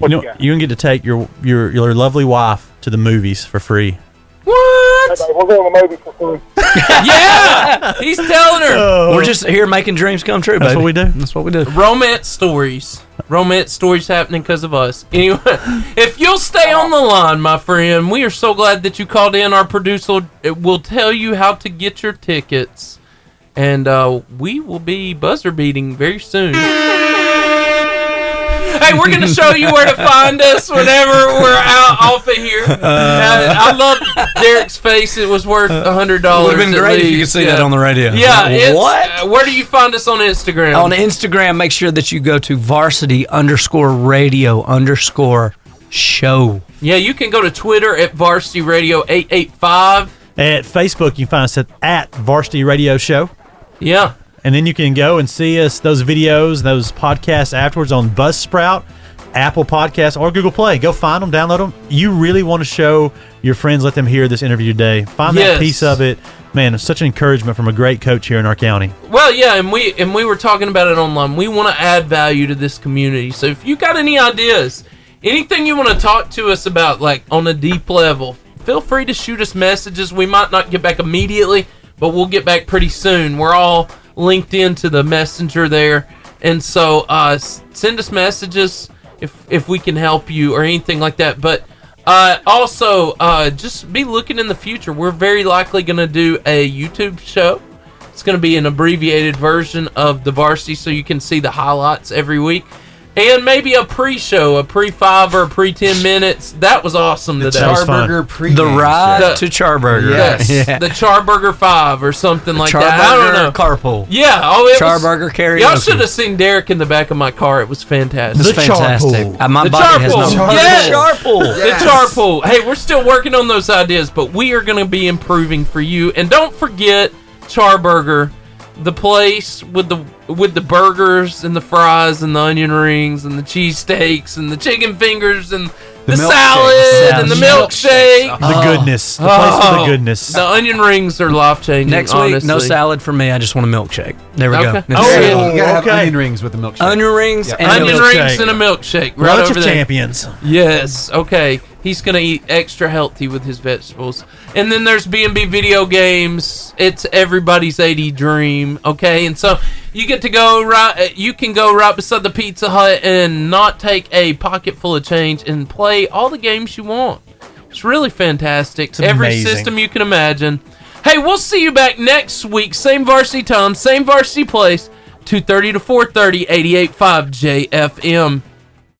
S18: you know, you are gonna get to take your your your lovely wife to the movies for free.
S17: What?
S5: Hey, We're going to the movie for free.
S17: yeah, he's telling her
S15: Oh.
S19: We're just here making dreams come true.
S18: That's
S19: Oh. baby.
S18: what we do.
S19: That's what we do.
S17: romance stories. Romance stories happening because of us. Anyway, if you'll stay on the line, my friend, we are so glad that you called in. Our producer will tell you how to get your tickets, and uh, we will be buzzer beating very soon. Hey, we're gonna show you where to find us whenever we're out off of here. Uh, I love Derek's face; it was worth a hundred dollars.
S19: Would've been great if you could see that on the radio.
S17: Yeah, it's,
S19: What?
S17: uh, where do you find us on Instagram?
S19: on Instagram, make sure that you go to varsity underscore radio underscore show.
S17: Yeah, you can go to Twitter at Varsity Radio eight eight five.
S18: At Facebook, you can find us at, at Varsity Radio Show.
S17: Yeah.
S18: And then you can go and see us those videos, those podcasts afterwards on Buzzsprout, Apple Podcasts, or Google Play. Go find them, download them. You really want to show your friends, let them hear this interview today. Find
S17: Yes.
S18: that piece of it. Man, it's such an encouragement from a great coach here in our county.
S17: Well, yeah, and we and we were talking about it online. We want to add value to this community. So if you got any ideas, anything you want to talk to us about, like on a deep level, feel free to shoot us messages. We might not get back immediately, but we'll get back pretty soon. We're all linked into the messenger there, and so uh, s- send us messages if if we can help you or anything like that. But uh, also, uh, just be looking in the future. We're very likely going to do a YouTube show. It's going to be an abbreviated version of the varsity so you can see the highlights every week. And maybe a pre-show, a pre-five or a pre-ten minutes. That was awesome
S19: The
S17: today.
S19: Charburger pregame The ride show. to Charburger.
S17: Yes.
S19: Yeah.
S17: The Charburger Five or something like that. I don't know.
S19: Charburger carpool.
S17: Yeah. Oh, it was-
S19: Charburger karaoke.
S17: Y'all should have seen Derek in the back of my car. It was fantastic.
S19: It's The fantastic. charpool. Uh, my
S17: the
S19: body has
S17: charpool.
S19: no- Charpool.
S17: Yes.
S19: Charpool. Yes.
S17: The charpool. Hey, we're still working on those ideas, but we are going to be improving for you. And don't forget Charburger, the place with the with the burgers and the fries and the onion rings and the cheesesteaks and the chicken fingers and the,
S7: The milkshakes.
S17: salad and the
S7: Milkshakes.
S17: milkshake. Oh.
S7: The goodness. The place for the goodness.
S17: The onion rings are life changing.
S19: Next week, no
S17: honestly.
S19: salad for me. I just want a milkshake. There we
S17: Okay. Oh,
S19: go. It's
S17: yeah.
S19: settled.
S17: You gotta have
S20: Onion rings with the milkshake.
S19: Onion rings
S20: Yeah.
S19: and
S17: onion
S19: a milkshake.
S17: rings and a milkshake. Right
S19: Lunch of
S17: over there.
S19: champions.
S17: Yes. Okay. He's gonna eat extra healthy with his vegetables. And then there's B and B video games. It's everybody's eighty dream. Okay. And so you get to go right. uh, You can go right beside the Pizza Hut and not take a pocket full of change and play all the games you want. It's really fantastic. Every
S7: amazing.
S17: system you can imagine. Hey, we'll see you back next week. Same varsity time, same varsity place. 2.30 to 4.30, 88.5 JFM.